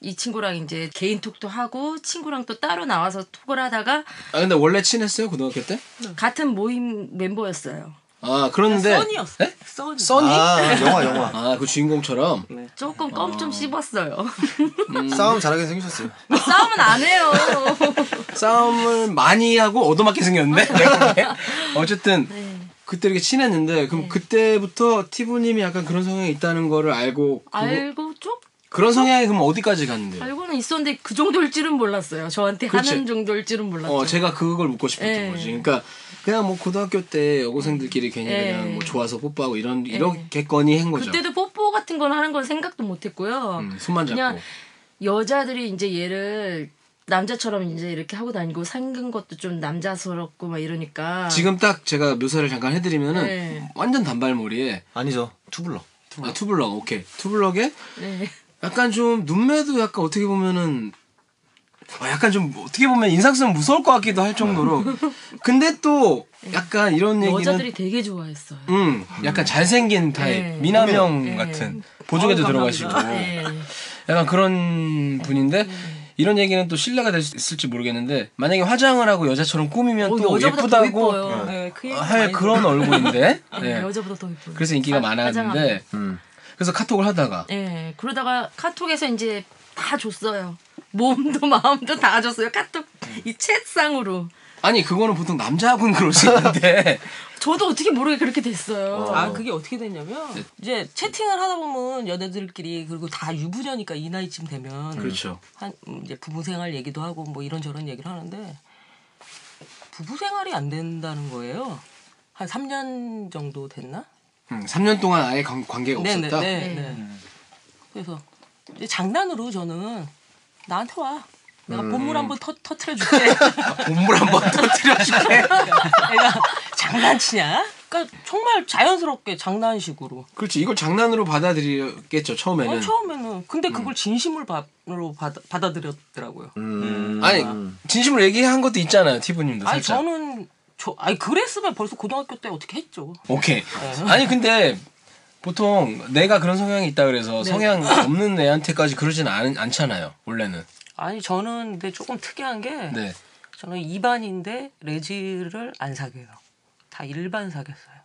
[SPEAKER 4] 이 친구랑 이제 개인 톡도 하고 친구랑 또 따로 나와서 톡을 하다가
[SPEAKER 2] 아 근데 원래 친했어요 고등학교 때?
[SPEAKER 4] 같은 모임 멤버였어요.
[SPEAKER 2] 아 그런데
[SPEAKER 1] 써니였어.
[SPEAKER 2] 네?
[SPEAKER 1] 써니.
[SPEAKER 2] 써니?
[SPEAKER 5] 아 영화 영화
[SPEAKER 2] 아 그 주인공처럼
[SPEAKER 4] 조금
[SPEAKER 2] 아.
[SPEAKER 4] 껌 좀 씹었어요.
[SPEAKER 2] 음.
[SPEAKER 5] 싸움 잘하게 생기셨어요.
[SPEAKER 4] 싸움은 안 해요.
[SPEAKER 2] 싸움을 많이 하고 얻어맞게 생겼는데 내가
[SPEAKER 4] 네.
[SPEAKER 2] 보기엔. 어쨌든 그때 이렇게 친했는데 그럼 그때부터 티브님이 약간 그런 성향이 있다는 거를 알고 그,
[SPEAKER 4] 알고 쭉
[SPEAKER 2] 그런 성향이 그럼 어디까지 갔는데요?
[SPEAKER 4] 알고는 있었는데 그 정도일 줄은 몰랐어요. 저한테
[SPEAKER 2] 그렇지.
[SPEAKER 4] 하는 정도일 줄은 몰랐죠.
[SPEAKER 2] 어 제가 그걸 묻고 싶었던
[SPEAKER 4] 예.
[SPEAKER 2] 거지. 그러니까 그냥 뭐 고등학교 때 여고생들끼리 괜히
[SPEAKER 4] 예.
[SPEAKER 2] 그냥 뭐 좋아서 뽀뽀하고 이런 이렇게거니 한 거죠.
[SPEAKER 4] 네. 그때도 뽀뽀 같은 건 하는 걸 생각도 못 했고요.
[SPEAKER 2] 음, 손만 잡고.
[SPEAKER 4] 그냥 여자들이 이제 얘를 남자처럼 이제 이렇게 하고 다니고 생긴 것도 좀 남자스럽고 막 이러니까
[SPEAKER 2] 지금 딱 제가 묘사를 잠깐 해드리면은
[SPEAKER 4] 예.
[SPEAKER 2] 완전 단발머리에
[SPEAKER 5] 아니죠 투블러.
[SPEAKER 2] 아 투블럭 오케이 투블럭에
[SPEAKER 4] 네.
[SPEAKER 2] 약간 좀 눈매도 약간 어떻게 보면은 어, 약간 좀 어떻게 보면 인상 쓰면 무서울 것 같기도 할 정도로 근데 또 약간 이런 얘기는
[SPEAKER 4] 네. 여자들이 되게 좋아했어요.
[SPEAKER 2] 음 약간 잘생긴 타입
[SPEAKER 4] 네.
[SPEAKER 2] 미남형 같은 보조개도 들어가시고
[SPEAKER 4] 네.
[SPEAKER 2] 약간 그런 분인데 이런 얘기는 또 신뢰가 될 수 있을지 모르겠는데 만약에 화장을 하고 여자처럼 꾸미면
[SPEAKER 4] 어,
[SPEAKER 2] 또
[SPEAKER 4] 여자보다 더
[SPEAKER 2] 예쁘다고
[SPEAKER 4] 이뻐요.
[SPEAKER 1] 네, 그 얘기
[SPEAKER 2] 할
[SPEAKER 1] 많이
[SPEAKER 2] 그런 얼굴인데
[SPEAKER 4] 네,
[SPEAKER 2] 네.
[SPEAKER 4] 여자보다 더 예뻐요. 아,
[SPEAKER 2] 그래서 인기가
[SPEAKER 4] 화- 화장하고.
[SPEAKER 2] 많았는데 그래서 카톡을 하다가
[SPEAKER 4] 예, 그러다가 카톡에서 이제 다 줬어요. 몸도 마음도 다 줬어요. 카톡 이 챗상으로.
[SPEAKER 2] 아니 그거는 보통 남자하고는 그럴 수 있는데
[SPEAKER 4] 저도 어떻게 모르게 그렇게 됐어요.
[SPEAKER 1] 아 그게 어떻게 됐냐면
[SPEAKER 2] 네.
[SPEAKER 1] 이제 채팅을 하다 보면 연애들끼리 그리고 다 유부녀니까 이 나이쯤 되면
[SPEAKER 2] 그렇죠.
[SPEAKER 1] 한 음, 이제 부부 생활 얘기도 하고 뭐 이런저런 얘기를 하는데 부부 생활이 안 된다는 거예요. 한 3년 정도 됐나?
[SPEAKER 2] 음, 3년 동안 아예 관, 관계가
[SPEAKER 1] 네네
[SPEAKER 2] 없었다.
[SPEAKER 1] 네. 네. 그래서 이제 장난으로 저는 나한테 와. 내가
[SPEAKER 2] 음.
[SPEAKER 1] 본물 한번 터, 터트려 줄게.
[SPEAKER 2] 본물 아, 한번 터뜨려줄게.
[SPEAKER 1] 애가 장난치냐? 그러니까 정말 자연스럽게 장난식으로.
[SPEAKER 2] 그렇지 이걸 장난으로 받아들이겠죠 처음에는.
[SPEAKER 1] 어, 처음에는 근데 그걸 진심을 로 받아, 받아들였더라고요.
[SPEAKER 2] 음,
[SPEAKER 5] 음.
[SPEAKER 2] 아니 진심으로 얘기한 것도 있잖아요 티브님도
[SPEAKER 1] 아니
[SPEAKER 2] 살짝.
[SPEAKER 1] 저는 저 아니 그랬으면 벌써 고등학교 때 어떻게 했죠.
[SPEAKER 2] 오케이.
[SPEAKER 1] 네.
[SPEAKER 2] 아니 근데 보통 내가 그런 성향이 있다
[SPEAKER 1] 네.
[SPEAKER 2] 그래서 성향 없는 애한테까지 그러진 않, 않잖아요 원래는.
[SPEAKER 1] 아니 저는 근데 조금 특이한 게
[SPEAKER 2] 네.
[SPEAKER 1] 저는 이반인데 레지를 안 사귀어요. 다 일반 사귀었어요.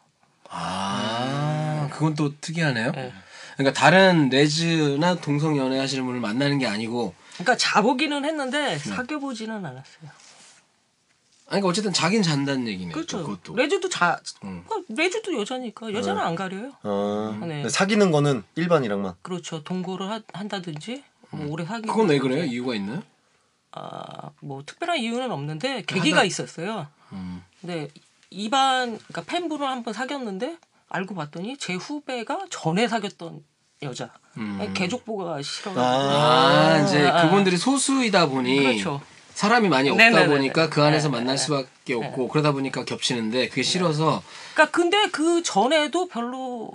[SPEAKER 2] 아 그건 또 특이하네요.
[SPEAKER 1] 네.
[SPEAKER 2] 그러니까 다른 레즈나 동성 연애 하시는 분을 만나는 게 아니고.
[SPEAKER 1] 그러니까 자보기는
[SPEAKER 2] 음.
[SPEAKER 1] 했는데 사귀어보지는 않았어요.
[SPEAKER 2] 네, 아니 그러니까 어쨌든 자긴 잔다는 얘기네요. 또
[SPEAKER 1] 그렇죠.
[SPEAKER 2] 그것도. 네.
[SPEAKER 1] 레지도 자
[SPEAKER 2] 음.
[SPEAKER 1] 그러니까 레지도 여자니까 여자는 안 가려요.
[SPEAKER 5] 어,
[SPEAKER 1] 네.
[SPEAKER 5] 사귀는 거는 일반이랑만.
[SPEAKER 1] 그렇죠. 동거를 하- 한다든지 뭐 오래 사귀.
[SPEAKER 2] 음. 그건 왜 그래요? 이유가 있나요?
[SPEAKER 1] 아뭐 특별한 이유는
[SPEAKER 2] 네,
[SPEAKER 1] 없는데 계기가 있었어요.
[SPEAKER 2] 음.
[SPEAKER 1] 근데 네, 이반 그러니까 팬분을 한번 사귀었는데 알고 봤더니 제 후배가 전에 사귀었던 여자. 개족보가 싫어가지고.
[SPEAKER 2] 아, 음. 이제 그분들이 소수이다 보니
[SPEAKER 1] 그렇죠.
[SPEAKER 2] 사람이 많이 없다
[SPEAKER 1] 네네네네.
[SPEAKER 2] 보니까 그 안에서
[SPEAKER 1] 네,
[SPEAKER 2] 만날
[SPEAKER 1] 네.
[SPEAKER 2] 수밖에 없고 그러다 보니까 겹치는데 그게 싫어서
[SPEAKER 1] 그러니까 근데 그 전에도 별로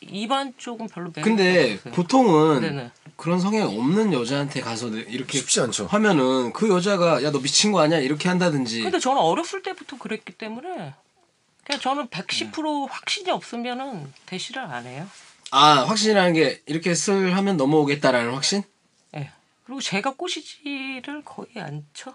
[SPEAKER 1] 이반 쪽은 별로 매력이
[SPEAKER 2] 근데
[SPEAKER 1] 없었어요.
[SPEAKER 2] 보통은
[SPEAKER 1] 네. 네네.
[SPEAKER 2] 그런 성향이 없는 여자한테 가서 이렇게
[SPEAKER 5] 쉽지 않죠.
[SPEAKER 2] 하면은 그 여자가 야 너 미친 거 아니야 이렇게 한다든지
[SPEAKER 1] 근데 저는 어렸을 때부터 그랬기
[SPEAKER 2] 네.
[SPEAKER 1] 때문에 그냥 저는 110% 확신이 없으면은 대시를 안 해요.
[SPEAKER 2] 아 확신이라는 게 이렇게 쓸 하면 넘어오겠다라는 확신?
[SPEAKER 1] 예. 그리고 제가 꼬시지를 거의 안 쳐.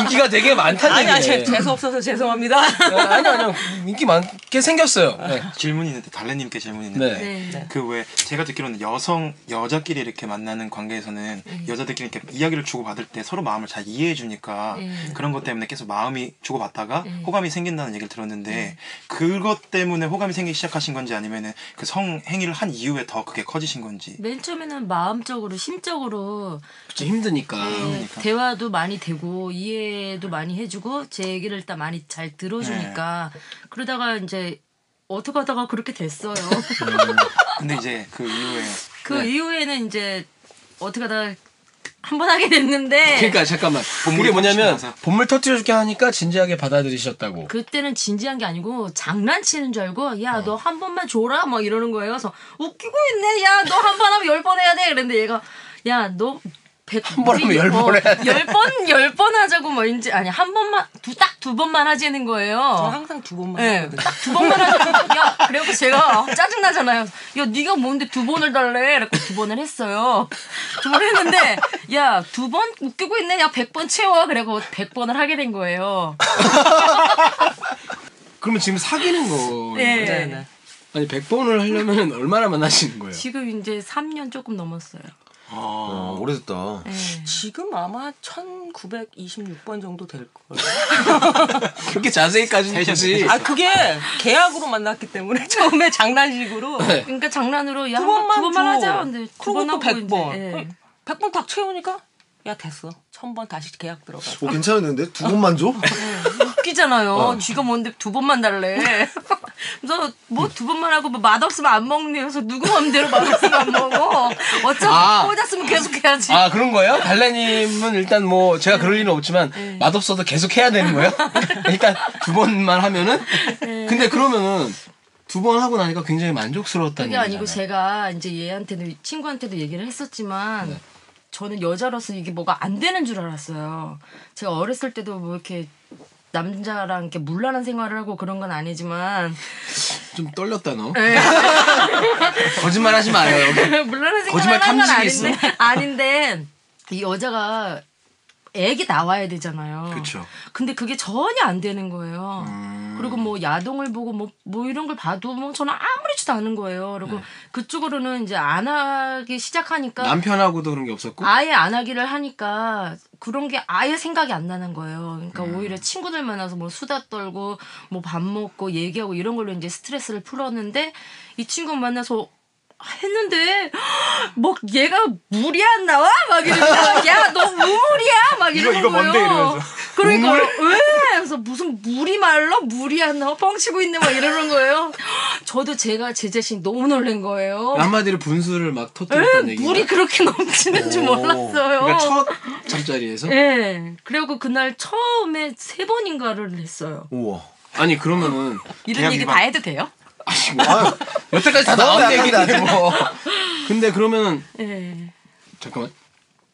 [SPEAKER 2] 인기가 되게 많다는
[SPEAKER 1] 아니 아니
[SPEAKER 2] 얘기네.
[SPEAKER 1] 재수 없어서 죄송합니다.
[SPEAKER 2] 아니 아니요 인기 많게 생겼어요. 네.
[SPEAKER 3] 질문이 있는데 달래님께 질문이
[SPEAKER 2] 네.
[SPEAKER 3] 있는데 그 왜 제가 듣기로는 여성 여자끼리 이렇게 만나는 관계에서는
[SPEAKER 4] 음.
[SPEAKER 3] 여자들끼리 이렇게 이야기를 주고 받을 때 서로 마음을 잘 이해해 주니까
[SPEAKER 4] 네.
[SPEAKER 3] 그런 것 때문에 계속 마음이 주고 받다가 호감이 생긴다는 얘기를 들었는데
[SPEAKER 4] 네.
[SPEAKER 3] 그것 때문에 호감이 생기기 시작하신 건지 아니면은 그 성행위를 한 이후에 더 그게 커지신 건지
[SPEAKER 4] 맨 처음에는 마음적으로 심적으로
[SPEAKER 2] 그쵸, 힘드니까.
[SPEAKER 1] 음.
[SPEAKER 4] 대화도 많이 되고 이해도 많이 해주고 제 얘기를 일단 많이 잘 들어주니까
[SPEAKER 2] 네.
[SPEAKER 4] 그러다가 이제 어떻게 하다가 그렇게 됐어요.
[SPEAKER 3] 근데 이제 그 이후에
[SPEAKER 4] 그
[SPEAKER 2] 네.
[SPEAKER 4] 이후에는 이제 어떻게 하다가 한 번 하게 됐는데
[SPEAKER 2] 그러니까 잠깐만
[SPEAKER 3] 본물이
[SPEAKER 2] 그게 뭐냐면
[SPEAKER 3] 터지면서.
[SPEAKER 2] 본물 터뜨려 줄게 하니까 진지하게 받아들이셨다고.
[SPEAKER 4] 그때는 진지한 게 아니고 장난치는 줄 알고
[SPEAKER 2] 어.
[SPEAKER 4] 야 너 한 번만 줘라 막 이러는 거예요. 그래서 웃기고 있네. 야 너 한 번 하면 열 번 해야 돼. 그랬는데 얘가 야 너 어,
[SPEAKER 2] 한번 하면 열번 해야 돼.
[SPEAKER 4] 열번 열 번 하자고 뭐 이제 아니 한 번만 두 딱 두 번만 하자는
[SPEAKER 2] 아.
[SPEAKER 1] 저는
[SPEAKER 4] 거예요.
[SPEAKER 1] 항상 두 번만
[SPEAKER 2] 네.
[SPEAKER 4] 예,
[SPEAKER 1] 하거든요.
[SPEAKER 4] 딱 두 번만 하자고. 야, 그래갖고 제가 짜증 나잖아요. 야, 네가 뭔데 두 번을 달래? 그래갖고 두 번을 했어요. 두 번 했는데, 야, 두 번 웃기고 있네. 야, 백 번 채워. 그래갖고 백 번을 하게 된 거예요.
[SPEAKER 2] 그러면 지금 사귀는 거.
[SPEAKER 4] 예.
[SPEAKER 1] 네, 네.
[SPEAKER 2] 아니 100번을 하려면 얼마나 만나시는 거예요?
[SPEAKER 4] 지금 이제 3년 조금 넘었어요.
[SPEAKER 5] 어, 오래됐다.
[SPEAKER 1] 네. 지금 아마 1926번 정도 될 거예요.
[SPEAKER 2] 그렇게 자세히까지는 굳이
[SPEAKER 1] 아 그게 계약으로 만났기 때문에 처음에 장난식으로
[SPEAKER 2] 네.
[SPEAKER 4] 그러니까 장난으로 야,
[SPEAKER 1] 두
[SPEAKER 4] 한 번-
[SPEAKER 1] 번만
[SPEAKER 4] 두 번만
[SPEAKER 1] 줘.
[SPEAKER 4] 하자. 근데 두
[SPEAKER 1] 그리고
[SPEAKER 4] 번
[SPEAKER 1] 또
[SPEAKER 4] 하고
[SPEAKER 1] 100번.
[SPEAKER 4] 이제, 예.
[SPEAKER 1] 100번 딱 채우니까 야 됐어. 1000번 다시 계약 들어가.
[SPEAKER 5] 오, 괜찮은데? 두 번만 줘?
[SPEAKER 4] 웃기잖아요.
[SPEAKER 2] 어.
[SPEAKER 4] 쥐가 뭔데 두 번만 달래. 그래서 뭐 두 번만 하고 뭐 맛없으면 안 먹네요. 그래서 누구 맘대로 맛없으면 안 먹어. 어차피
[SPEAKER 2] 아.
[SPEAKER 4] 꽂았으면 계속 해야지.
[SPEAKER 2] 아 그런 거예요? 달래님은 일단 뭐 제가 그럴 일은 없지만 맛없어도 계속 해야 되는 거예요? 일단 두 번만 하면은 근데 그러면은 두 번 하고 나니까 굉장히 만족스러웠다는
[SPEAKER 4] 그게 아니고
[SPEAKER 2] 얘기잖아요.
[SPEAKER 4] 제가 이제 얘한테도 친구한테도 얘기를 했었지만
[SPEAKER 2] 네.
[SPEAKER 4] 저는 여자로서 이게 뭐가 안 되는 줄 알았어요. 제가 어렸을 때도 뭐 이렇게 남자랑 이렇게 물란한 생활을 하고 그런 건 아니지만
[SPEAKER 2] 좀 떨렸다 너 거짓말 하지 마요 여기
[SPEAKER 4] 물론
[SPEAKER 2] 거짓말
[SPEAKER 4] 생각을 한건
[SPEAKER 2] 탐지기
[SPEAKER 4] 아닌데 아닌데 이 여자가 애기 나와야 되잖아요.
[SPEAKER 2] 그쵸. 음.
[SPEAKER 4] 근데 그게 전혀 안 되는 거예요. 그리고 뭐 야동을 보고 뭐, 뭐 이런 걸 봐도 뭐 저는 아무렇지도 않은 거예요. 그리고
[SPEAKER 2] 네.
[SPEAKER 4] 그쪽으로는 이제 안 하기 시작하니까
[SPEAKER 2] 남편하고도 그런 게 없었고
[SPEAKER 4] 아예 안 하기를 하니까 그런 게 아예 생각이 안 나는 거예요. 그러니까 오히려 친구들 만나서 뭐 수다 떨고 뭐 밥 먹고 얘기하고 이런 걸로 이제 스트레스를 풀었는데 이 친구 만나서 했는데 뭐 얘가 물이 안 나와 막 이러면서 야너 우물이야 막 이러는
[SPEAKER 3] 이거 뭔데?
[SPEAKER 4] 거예요.
[SPEAKER 3] 이러면서.
[SPEAKER 4] 그러니까 왜? 그래서 무슨 물이 말라 물이 안 나와 뻥치고 있네 막 이러는 거예요. 저도 제가 제 자신 너무 놀란 거예요.
[SPEAKER 2] 한마디로 분수를 막
[SPEAKER 4] 왜
[SPEAKER 2] 터뜨렸다는 아, 얘기
[SPEAKER 4] 물이 그렇게 넘치는 줄 몰랐어요.
[SPEAKER 2] 그러니까 첫 잠자리에서
[SPEAKER 4] 예. 그리고 그날 처음에 세 번인가를 했어요.
[SPEAKER 5] 우와.
[SPEAKER 2] 아니 그러면은
[SPEAKER 4] 이런 얘기 다 해도 돼요?
[SPEAKER 5] 아유,
[SPEAKER 2] 여태까지 다
[SPEAKER 5] 너무
[SPEAKER 2] 나온
[SPEAKER 5] 약한데,
[SPEAKER 2] 얘기인데 뭐 근데 그러면은
[SPEAKER 4] 예.
[SPEAKER 2] 잠깐만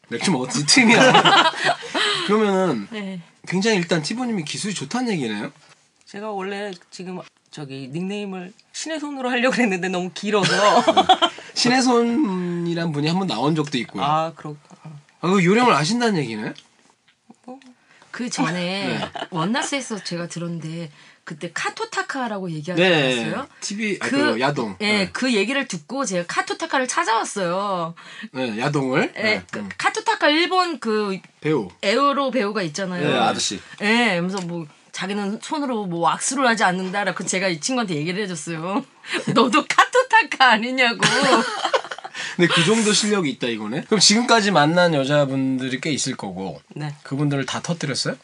[SPEAKER 2] 맥주 먹었지 틈이야 그러면은
[SPEAKER 4] 예.
[SPEAKER 2] 굉장히 일단 티보님이 기술이 좋다는 얘기네요
[SPEAKER 1] 제가 원래 지금 저기 닉네임을 신의 손으로 하려고 했는데 너무 길어서
[SPEAKER 2] 신의 손이란 분이 한번 나온 적도 있고요 아,
[SPEAKER 1] 아 그렇고
[SPEAKER 2] 그 요령을 아신다는 얘기네
[SPEAKER 4] 그 전에
[SPEAKER 2] 네.
[SPEAKER 4] 원나스에서 제가 들었는데 그때 카토타카라고 얘기하지
[SPEAKER 2] 네
[SPEAKER 4] 않았어요?
[SPEAKER 2] TV 아, 그, 야동
[SPEAKER 4] 예, 그 얘기를 듣고 제가 카토타카를 찾아왔어요.
[SPEAKER 2] 네, 야동을
[SPEAKER 4] 예,
[SPEAKER 2] 네,
[SPEAKER 4] 그 카토타카 일본 그
[SPEAKER 2] 배우
[SPEAKER 4] 에어로 배우가 있잖아요.
[SPEAKER 5] 네, 아저씨.
[SPEAKER 4] 예, 그래서 뭐 자기는 손으로 뭐 왁스를 하지 않는다라고 제가 이 친구한테 얘기를 해줬어요. 너도 카토타카 아니냐고.
[SPEAKER 2] 근데 그 정도 실력이 있다 이거네 그럼 지금까지 만난 여자분들이 꽤 있을 거고
[SPEAKER 1] 네.
[SPEAKER 2] 그분들을 다 터뜨렸어요?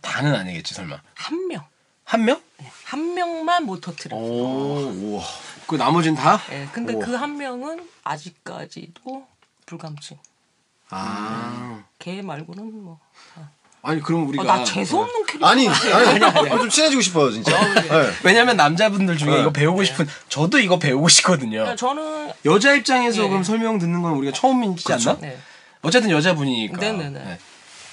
[SPEAKER 2] 다는 아니겠지 설마
[SPEAKER 1] 한 명.
[SPEAKER 2] 한 명?
[SPEAKER 1] 네, 한 명만 못
[SPEAKER 2] 어.
[SPEAKER 1] 터트려.
[SPEAKER 2] 오 우와 그 나머진 다?
[SPEAKER 1] 예, 근데 그 한 명은 아직까지도 불감증.
[SPEAKER 2] 아
[SPEAKER 1] 걔 말고는 뭐. 다.
[SPEAKER 2] 아니 그럼
[SPEAKER 1] 아,
[SPEAKER 2] 우리가 네.
[SPEAKER 1] 나 재수 없는 캐릭터.
[SPEAKER 5] 아니, 아니, 아니, 좀 친해지고 싶어요, 진짜. 네.
[SPEAKER 2] 왜냐면 남자분들 중에
[SPEAKER 5] 네.
[SPEAKER 2] 이거 배우고 싶은 저도 이거 배우고 싶거든요.
[SPEAKER 1] 그러니까 저는
[SPEAKER 2] 여자 입장에서
[SPEAKER 1] 네.
[SPEAKER 2] 그럼 설명 듣는 건 우리가 처음이지 않나?
[SPEAKER 1] 네.
[SPEAKER 2] 어쨌든 여자분이니까.
[SPEAKER 1] 네네네.
[SPEAKER 2] 어? 그러니까, 네.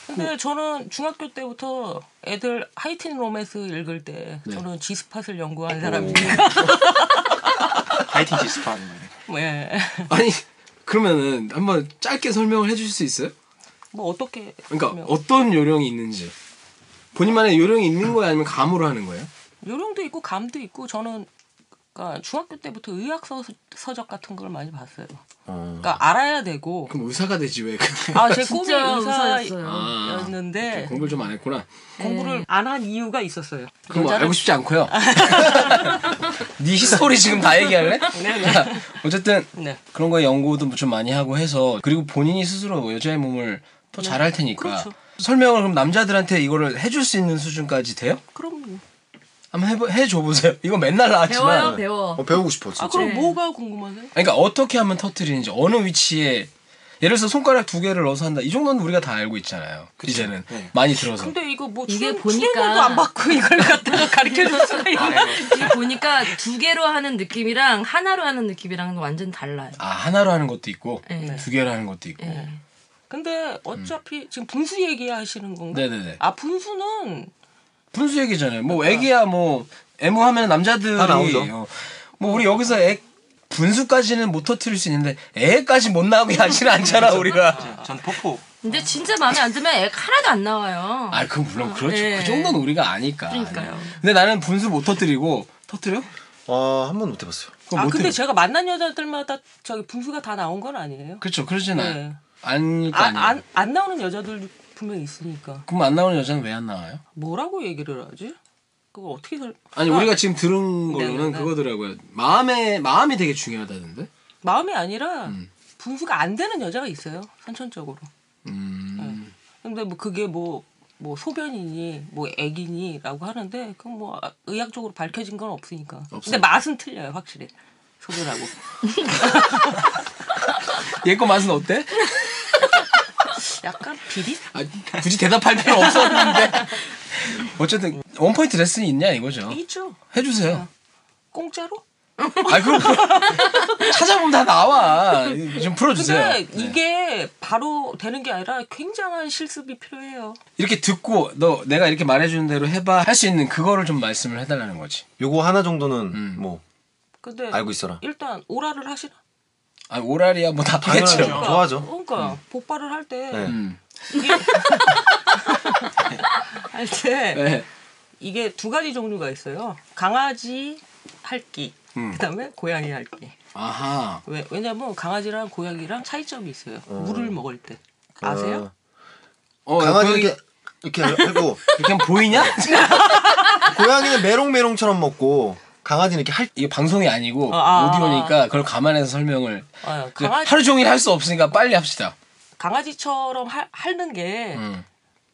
[SPEAKER 1] 근데 저는 중학교 때부터 애들 하이틴 로맨스 읽을 때 저는 지스팟을 연구한 사람이니까
[SPEAKER 3] 하이틴 지스판.
[SPEAKER 1] 예.
[SPEAKER 2] 아니 그러면은 한번 짧게 설명을 해주실 수 있어요?
[SPEAKER 1] 뭐 어떻게
[SPEAKER 2] 그러니까
[SPEAKER 1] 하면-
[SPEAKER 2] 어떤 요령이 있는지 본인만의 요령이 있는 거예요 아니면 감으로 하는 거예요?
[SPEAKER 1] 요령도 있고 감도 있고 저는 그러니까 중학교 때부터 의학 서, 서적 같은 걸 많이 봤어요. 그러니까 알아야 되고
[SPEAKER 2] 그럼 의사가 되지 왜?
[SPEAKER 1] 아
[SPEAKER 4] 그
[SPEAKER 1] 제 꿈이
[SPEAKER 4] 진짜 의사였어요.
[SPEAKER 2] 아,
[SPEAKER 1] 아. 의사였는데
[SPEAKER 2] 공부를 좀 안 했구나.
[SPEAKER 1] 공부를 안 한 이유가 있었어요.
[SPEAKER 2] 그럼 뭐
[SPEAKER 1] 여자를-
[SPEAKER 2] 알고 싶지 않고요. 네 히스토리 지금 다 얘기할래?
[SPEAKER 1] 네,
[SPEAKER 2] 자, 어쨌든
[SPEAKER 1] 네.
[SPEAKER 2] 그런 거에 연구도 좀 많이 하고 해서 그리고 본인이 스스로 뭐 여자의 몸을 더 잘할 테니까
[SPEAKER 1] 그렇죠.
[SPEAKER 2] 설명을 그럼 남자들한테 이거를 해줄 수 있는 수준까지 돼요?
[SPEAKER 1] 그럼 뭐-
[SPEAKER 2] 한번 해보, 해줘 보세요. 이거 맨날 나왔지만
[SPEAKER 4] 배워요, 배워.
[SPEAKER 5] 어, 배우고 싶어 진짜.
[SPEAKER 1] 아 그럼
[SPEAKER 4] 네.
[SPEAKER 1] 뭐가 궁금하세요?
[SPEAKER 2] 그러니까 어떻게 하면 터트리는지 어느 위치에 예를 들어서 손가락 두 개를 넣어서 한다. 이 정도는 우리가 다 알고 있잖아요. 이제는
[SPEAKER 3] 네.
[SPEAKER 2] 많이 들어서.
[SPEAKER 1] 근데 이거 뭐
[SPEAKER 4] 이게
[SPEAKER 1] 이게 보니
[SPEAKER 4] 보니까-
[SPEAKER 1] 도안 받고 이걸 갖다가 가르쳐 줄 수가
[SPEAKER 2] 아,
[SPEAKER 1] 있나?
[SPEAKER 2] 네.
[SPEAKER 4] 이게 보니까 두 개로 하는 느낌이랑 하나로 하는 느낌이랑은 완전 달라요.
[SPEAKER 2] 아 하나로 하는 것도 있고
[SPEAKER 4] 네.
[SPEAKER 2] 두 개로 하는 것도 있고.
[SPEAKER 4] 네.
[SPEAKER 1] 근데 어차피 지금 분수 얘기하시는 건가?
[SPEAKER 2] 음. 네네네.
[SPEAKER 1] 아 분수는
[SPEAKER 2] 분수 얘기잖아요. 뭐 애기야 뭐 애무 하면 남자들이
[SPEAKER 5] 그러니까. 다 나오죠.
[SPEAKER 2] 어, 뭐 우리 여기서 애 분수까지는 못 터트릴 수 있는데 애까지 못 나오게 하지는 않잖아
[SPEAKER 5] 그렇죠.
[SPEAKER 2] 우리가.
[SPEAKER 3] 전 폭포.
[SPEAKER 4] 근데 진짜 마음에 안 들면 애 하나도 안 나와요.
[SPEAKER 2] 아 그건 물론 그렇죠.
[SPEAKER 4] 네.
[SPEAKER 2] 그 정도는 우리가 아니까.
[SPEAKER 4] 그러니까요.
[SPEAKER 2] 근데 나는 분수 못 터트리고 터트려?
[SPEAKER 5] 아, 한 번도 못 해봤어요.
[SPEAKER 2] 그건
[SPEAKER 1] 아
[SPEAKER 2] 못
[SPEAKER 1] 근데
[SPEAKER 2] 해요.
[SPEAKER 1] 제가 만난 여자들마다 저기 분수가 다 나온 건 아니에요.
[SPEAKER 2] 그렇죠. 그러진
[SPEAKER 1] 네.
[SPEAKER 2] 않아요. 그 아니까
[SPEAKER 1] 아,
[SPEAKER 2] 아니에요.
[SPEAKER 1] 안, 안 나오는 여자들도 분명히 있으니까
[SPEAKER 2] 그럼 안 나오는 여자는 왜 안 나와요?
[SPEAKER 1] 뭐라고 얘기를 하지? 그거 어떻게 설?
[SPEAKER 2] 아니
[SPEAKER 1] 그러니까
[SPEAKER 2] 우리가 지금 들은 걸로는
[SPEAKER 1] 네네네.
[SPEAKER 2] 그거더라고요. 마음에 마음이 되게 중요하다던데.
[SPEAKER 1] 마음이 아니라 분수가 안 되는 여자가 있어요 선천적으로.
[SPEAKER 2] 음.
[SPEAKER 1] 근데 뭐 그게 뭐, 뭐 소변이니 뭐 애기니라고 하는데 그건 뭐 아- 의학적으로 밝혀진 건 없으니까. 근데 맛은 틀려요 확실히 소변하고.
[SPEAKER 2] 얘거 맛은 어때?
[SPEAKER 1] 약간 비릿?
[SPEAKER 2] 아, 굳이 대답할 필요 없었는데. 어쨌든 원포인트 레슨이 있냐 이거죠.
[SPEAKER 1] 있죠.
[SPEAKER 2] 해주세요.
[SPEAKER 1] 공짜로?
[SPEAKER 2] 아 그럼 그 찾아보면 다 나와. 좀 풀어주세요.
[SPEAKER 1] 근데
[SPEAKER 2] 네.
[SPEAKER 1] 이게 바로 되는 게 아니라 굉장한 실습이 필요해요.
[SPEAKER 2] 이렇게 듣고 너 내가 이렇게 말해주는 대로 해봐 할 수 있는 그거를 좀 말씀을 해달라는 거지.
[SPEAKER 5] 요거 하나 정도는 뭐
[SPEAKER 1] 근데
[SPEAKER 5] 알고 있어라.
[SPEAKER 1] 일단 오라를 하시나?
[SPEAKER 2] 아 오라리야 뭐 다 파겠죠.
[SPEAKER 5] 당연하죠. 좋아하죠.
[SPEAKER 1] 그러니까 복발을 할 때
[SPEAKER 5] 네.
[SPEAKER 2] 음.
[SPEAKER 1] 할 때
[SPEAKER 2] 네.
[SPEAKER 1] 이게 두 가지 종류가 있어요. 강아지 할기 그다음에 고양이 할기.
[SPEAKER 2] 아하.
[SPEAKER 1] 왜 왜냐면 강아지랑 고양이랑 차이점이 있어요.
[SPEAKER 2] 음.
[SPEAKER 1] 물을 먹을 때 아세요?
[SPEAKER 2] 어,
[SPEAKER 5] 강아지
[SPEAKER 2] 고양이-
[SPEAKER 5] 이렇게 이렇게 하고
[SPEAKER 2] 이렇게 하면 보이냐?
[SPEAKER 5] 고양이는 메롱메롱처럼 먹고 강아지는 이렇게 할
[SPEAKER 2] 이게 방송이 아니고
[SPEAKER 1] 아, 아.
[SPEAKER 2] 오디오니까 그걸 감안해서 설명을
[SPEAKER 1] 아,
[SPEAKER 2] 음. 이제
[SPEAKER 1] 강아지
[SPEAKER 2] 하루 종일 할 수 없으니까 빨리 합시다.
[SPEAKER 1] 강아지처럼 할 하는 게
[SPEAKER 2] 음.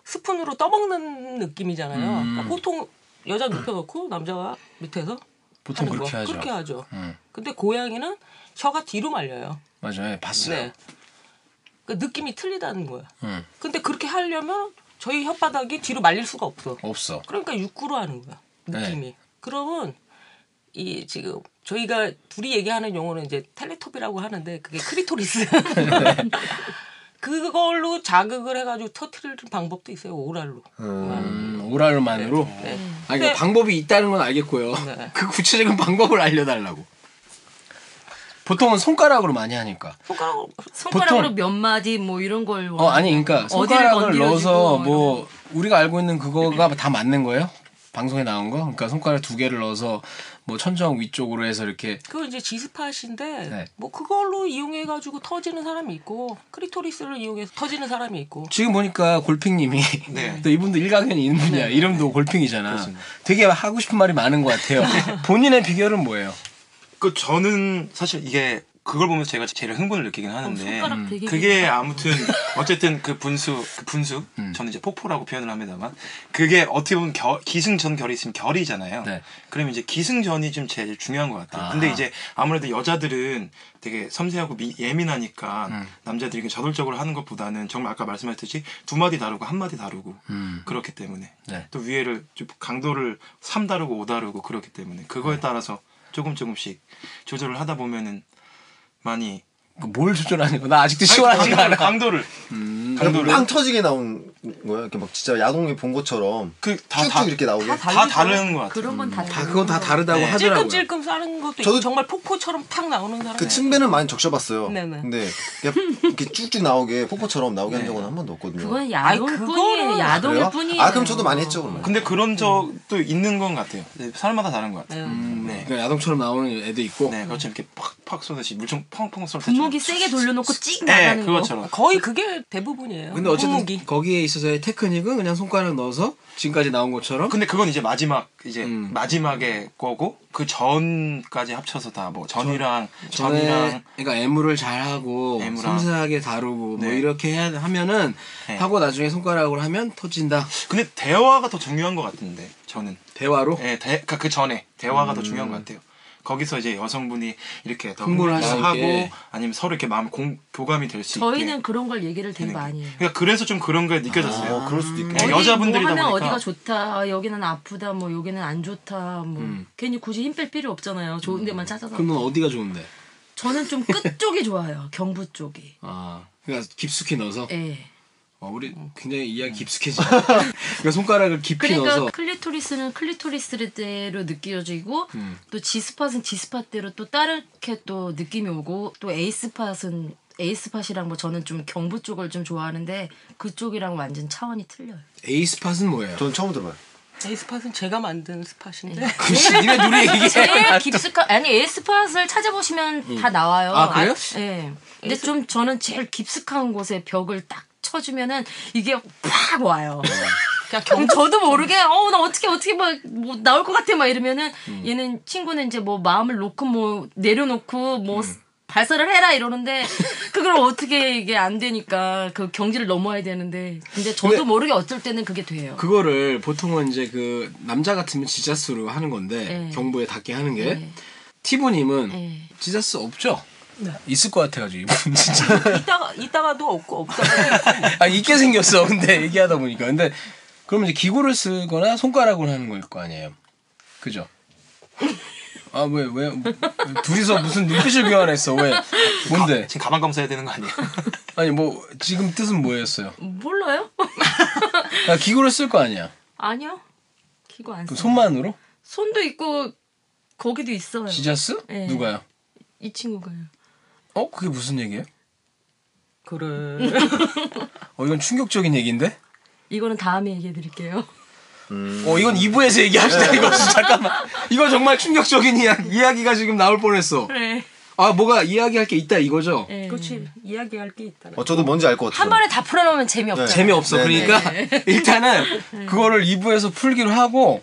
[SPEAKER 1] 스푼으로 떠먹는 느낌이잖아요. 그러니까 보통 여자 눕혀놓고 남자가 밑에서
[SPEAKER 2] 보통
[SPEAKER 1] 하는 거.
[SPEAKER 2] 뭐 그렇게 하죠.
[SPEAKER 1] 그렇게 하죠.
[SPEAKER 2] 음.
[SPEAKER 1] 근데 고양이는 혀가 뒤로 말려요.
[SPEAKER 2] 맞아요. 예, 봤어요.
[SPEAKER 1] 네. 그 느낌이 틀리다는 거야.
[SPEAKER 2] 음.
[SPEAKER 1] 근데 그렇게 하려면 저희 혓바닥이 뒤로 말릴 수가 없어.
[SPEAKER 2] 없어.
[SPEAKER 1] 그러니까 육구로 하는 거야.
[SPEAKER 2] 네.
[SPEAKER 1] 느낌이. 그러면 이 지금 저희가 둘이 얘기하는 용어는 이제 텔레토비라고 하는데 그게 크리토리스. 그걸로 자극을 해가지고 터트리는 방법도 있어요. 오랄로.
[SPEAKER 2] 음, 오랄만으로. 아니 그러니까
[SPEAKER 1] 근데-
[SPEAKER 2] 방법이 있다는 건
[SPEAKER 1] 네.
[SPEAKER 2] 알겠고요. 그 구체적인 방법을 알려달라고. 보통은 손가락으로 많이 하니까.
[SPEAKER 1] 손가락으로
[SPEAKER 4] 손가락으로
[SPEAKER 2] 보통-
[SPEAKER 4] 몇 마디 뭐 이런 걸.
[SPEAKER 2] 어 아니 그러니까 손가락을 넣어서
[SPEAKER 4] 뭐
[SPEAKER 2] 뭐 우리가 알고 있는 그거가 다 맞는 거예요? 방송에 나온 거? 그러니까 손가락 두 개를 넣어서 뭐 천정 위쪽으로 해서 이렇게
[SPEAKER 1] 그거 이제 지스팟인데
[SPEAKER 2] 네.
[SPEAKER 1] 뭐 그걸로 이용해가지고 터지는 사람이 있고 크리토리스를 이용해서 터지는 사람이 있고
[SPEAKER 2] 지금 보니까 골핑님이
[SPEAKER 3] 네.
[SPEAKER 2] 또 이분도 일가견이 있는 분이야. 이름도 골핑이잖아. 되게 하고 싶은 말이 많은 것 같아요. 본인의 비결은 뭐예요?
[SPEAKER 3] 그 저는 사실 이게 그걸 보면서 제가 제일 흥분을 느끼긴 하는데
[SPEAKER 4] 손가락 되게
[SPEAKER 3] 그게 아무튼 어쨌든 그 분수 그 분수
[SPEAKER 2] 음.
[SPEAKER 3] 저는 이제 폭포라고 표현을 합니다만 그게 어떻게 보면 겨- 기승전결이 있으면 결이잖아요.
[SPEAKER 2] 네.
[SPEAKER 3] 그러면 이제 기승전이 좀 제일 중요한 것 같아요. 근데 이제 아무래도 여자들은 되게 섬세하고 미- 예민하니까
[SPEAKER 2] 음.
[SPEAKER 3] 남자들이 이렇게 저돌적으로 하는 것보다는 정말 아까 말씀하셨듯이 두 마디 다루고 한 마디 다루고 그렇기 때문에
[SPEAKER 2] 음. 네.
[SPEAKER 3] 또 위에를 좀 강도를 3 다루고 5 다루고
[SPEAKER 2] 네.
[SPEAKER 3] 그렇기 때문에 그거에 따라서 조금 조금씩 조절을 하다 보면은 많이
[SPEAKER 2] 뭘 조절하냐고. 나 아직도 시원하지가 않아.
[SPEAKER 3] 강도를
[SPEAKER 5] 음.
[SPEAKER 3] 강도를
[SPEAKER 5] 빵 터지게 나온 거야. 이렇게 막 진짜 야동에 본 것처럼
[SPEAKER 3] 그다
[SPEAKER 5] 쭉쭉
[SPEAKER 3] 다,
[SPEAKER 5] 이렇게 나오게.
[SPEAKER 3] 다 다른 것 같아요.
[SPEAKER 4] 그런 건 다
[SPEAKER 2] 다 그건 다 다르다고
[SPEAKER 3] 네.
[SPEAKER 2] 하더라고요.
[SPEAKER 1] 찔끔찔끔 싸는 것도
[SPEAKER 5] 저도-
[SPEAKER 1] 있고 정말 폭포처럼 팍 나오는 사람.
[SPEAKER 5] 그 츤배는 많이 적셔봤어요.
[SPEAKER 1] 네네.
[SPEAKER 5] 근데 그냥 이렇게 쭉쭉 나오게 폭포처럼 나오게 한 적은 한 번도 없거든요.
[SPEAKER 4] 그건
[SPEAKER 1] 아이,
[SPEAKER 4] 야동
[SPEAKER 1] 그거는-
[SPEAKER 4] 뿐이에요. 야동일
[SPEAKER 5] 그래요?
[SPEAKER 4] 뿐이에요.
[SPEAKER 5] 아 그럼 저도 많이 했죠 그러면.
[SPEAKER 3] 근데 그런 적도 있는 건 같아요. 네, 사람마다 다른 것 같아요. 네.
[SPEAKER 2] 그러니까 야동처럼 나오는 애도 있고.
[SPEAKER 3] 네, 그렇죠. 이렇게 팍팍 쏘듯이 물총 펑펑 쏠 때.
[SPEAKER 4] 분무기 세게 돌려놓고 찍
[SPEAKER 3] 네,
[SPEAKER 4] 나가는 거.
[SPEAKER 3] 그것처럼.
[SPEAKER 1] 거의 그게 대부분이에요.
[SPEAKER 2] 근데 어쨌든
[SPEAKER 1] 무기
[SPEAKER 2] 거기에 있어서의 테크닉은 그냥 손가락 넣어서 지금까지 나온 것처럼
[SPEAKER 3] 근데 그건 이제 마지막 이제
[SPEAKER 2] 음.
[SPEAKER 3] 마지막에 거고 그 전까지 합쳐서 다 뭐 전이랑
[SPEAKER 2] 전에
[SPEAKER 3] 전이랑
[SPEAKER 2] 그러니까 애무를 잘 하고
[SPEAKER 3] 애무랑.
[SPEAKER 2] 섬세하게 다루고 뭐
[SPEAKER 3] 네.
[SPEAKER 2] 이렇게 해야 하면은
[SPEAKER 3] 네.
[SPEAKER 2] 하고 나중에 손가락으로 하면 터진다
[SPEAKER 3] 근데 대화가 더 중요한 것 같은데 저는
[SPEAKER 2] 대화로
[SPEAKER 3] 예, 대, 그- 그 전에 대화가 더 중요한 것 같아요. 거기서 이제 여성분이 이렇게 더
[SPEAKER 2] 음. 흥분을 할수
[SPEAKER 3] 하고
[SPEAKER 2] 있게.
[SPEAKER 3] 아니면 서로 이렇게 마음 공, 교감이 될 수 있게.
[SPEAKER 4] 저희는 그런 걸 얘기를 되게 많이 해요.
[SPEAKER 3] 그러니까 그래서 좀 그런 게 느껴졌어요.
[SPEAKER 2] 아,
[SPEAKER 5] 어, 그럴 수도 있겠네.
[SPEAKER 3] 네,
[SPEAKER 4] 어디
[SPEAKER 3] 여자분들이다
[SPEAKER 4] 뭐 하면
[SPEAKER 3] 보니까.
[SPEAKER 4] 어디가 좋다 아, 여기는 아프다 뭐 여기는 안 좋다 뭐 괜히 굳이 힘 뺄 필요 없잖아요 좋은 데만 찾아서
[SPEAKER 2] 그럼 넌 어디가 좋은데
[SPEAKER 4] 저는 좀 끝 쪽이 좋아요 경부 쪽이
[SPEAKER 2] 아 그러니까 깊숙이 넣어서
[SPEAKER 4] 예
[SPEAKER 2] 어, 우리 굉장히
[SPEAKER 3] 음.
[SPEAKER 2] 이야기 깊숙해지 그러니까 손가락을 깊이
[SPEAKER 4] 음. 그러니까
[SPEAKER 2] 넣어서
[SPEAKER 4] 클리토리스는 클리토리스대로 느껴지고 또 G스팟은 G스팟대로 또 다르게 또 느낌이 오고 또 A스팟은 A스팟이랑 뭐 저는 좀 경부 쪽을 좀 좋아하는데 그쪽이랑 완전 차원이 틀려요
[SPEAKER 2] A 스팟은 뭐예요?
[SPEAKER 5] 전 처음 들어봐요.
[SPEAKER 1] 이 스팟은 제가 만든 스팟인데
[SPEAKER 3] 그
[SPEAKER 2] 글쎄 니네 둘이 얘기해
[SPEAKER 4] 제일 깊숙한 예, 아니 에스팟을 찾아보시면 다 나와요.
[SPEAKER 2] 아, 그래요?
[SPEAKER 4] 예. 근데 좀 저는 제일 깊숙한 곳에 벽을 딱 쳐주면은 이게 팍 와요.
[SPEAKER 2] 음.
[SPEAKER 1] 그냥 경
[SPEAKER 4] 그럼 저도 모르게 어 나 어떻게 어떻게 막 뭐 나올 것 같아 막 이러면은
[SPEAKER 2] 음.
[SPEAKER 4] 얘는 친구는 이제 뭐 마음을 놓고 뭐 내려놓고 뭐
[SPEAKER 2] 음.
[SPEAKER 4] 발사를 해라 이러는데 그걸 어떻게 이게 안 되니까 그 경지를 넘어야 되는데 근데 저도
[SPEAKER 2] 근데-
[SPEAKER 4] 모르게 어쩔 때는 그게 돼요.
[SPEAKER 2] 그거를 보통은 이제 그 남자 같으면 지자스로 하는 건데
[SPEAKER 4] 네.
[SPEAKER 2] 경부에 닿게 하는 게
[SPEAKER 4] 네.
[SPEAKER 2] 티보님은
[SPEAKER 4] 네.
[SPEAKER 2] 지자스 없죠? 있을 것 같아가지고 이분 진짜
[SPEAKER 1] 이따가 이따가도 없고 없다가
[SPEAKER 2] 아 있게 생겼어 근데 얘기하다 보니까 근데 그러면 이제 기구를 쓰거나 손가락으로 하는 걸 거 아니에요 그죠? 아 왜 왜 둘이서 무슨 눈빛을 교환했어 왜 뭔데
[SPEAKER 3] 지금 가방 검사해야 되는 거 아니에요?
[SPEAKER 2] 아니 뭐 지금 뜻은 뭐였어요?
[SPEAKER 4] 몰라요?
[SPEAKER 2] 아, 기구를 쓸 거 아니야
[SPEAKER 4] 아니요. 기구 안
[SPEAKER 2] 그럼
[SPEAKER 4] 써.
[SPEAKER 2] 손만으로
[SPEAKER 4] 손도 있고 거기도 있어요.
[SPEAKER 2] 지자스
[SPEAKER 4] 네.
[SPEAKER 2] 누가요?
[SPEAKER 4] 이 친구가요.
[SPEAKER 2] 어 그게 무슨 얘기예요?
[SPEAKER 1] 그래.
[SPEAKER 2] 어 이건 충격적인 얘기인데?
[SPEAKER 4] 이거는 다음에 얘기해 드릴게요.
[SPEAKER 2] 어 이건 2부에서 얘기합시다 이거 진짜. 잠깐만 이거 정말 충격적인 이야, 이야기가 지금 나올 뻔했어
[SPEAKER 4] 그래.
[SPEAKER 2] 아 뭐가 이야기할 게 있다 이거죠?
[SPEAKER 1] 그렇지 이야기할 게 있다.
[SPEAKER 5] 어, 저도 뭔지 알 것 같아요.
[SPEAKER 4] 네. 한 번에 다 풀어놓으면 재미없죠.
[SPEAKER 5] 네.
[SPEAKER 2] 재미없어
[SPEAKER 5] 네네.
[SPEAKER 2] 그러니까 일단은 그거를 2부에서 풀기로 하고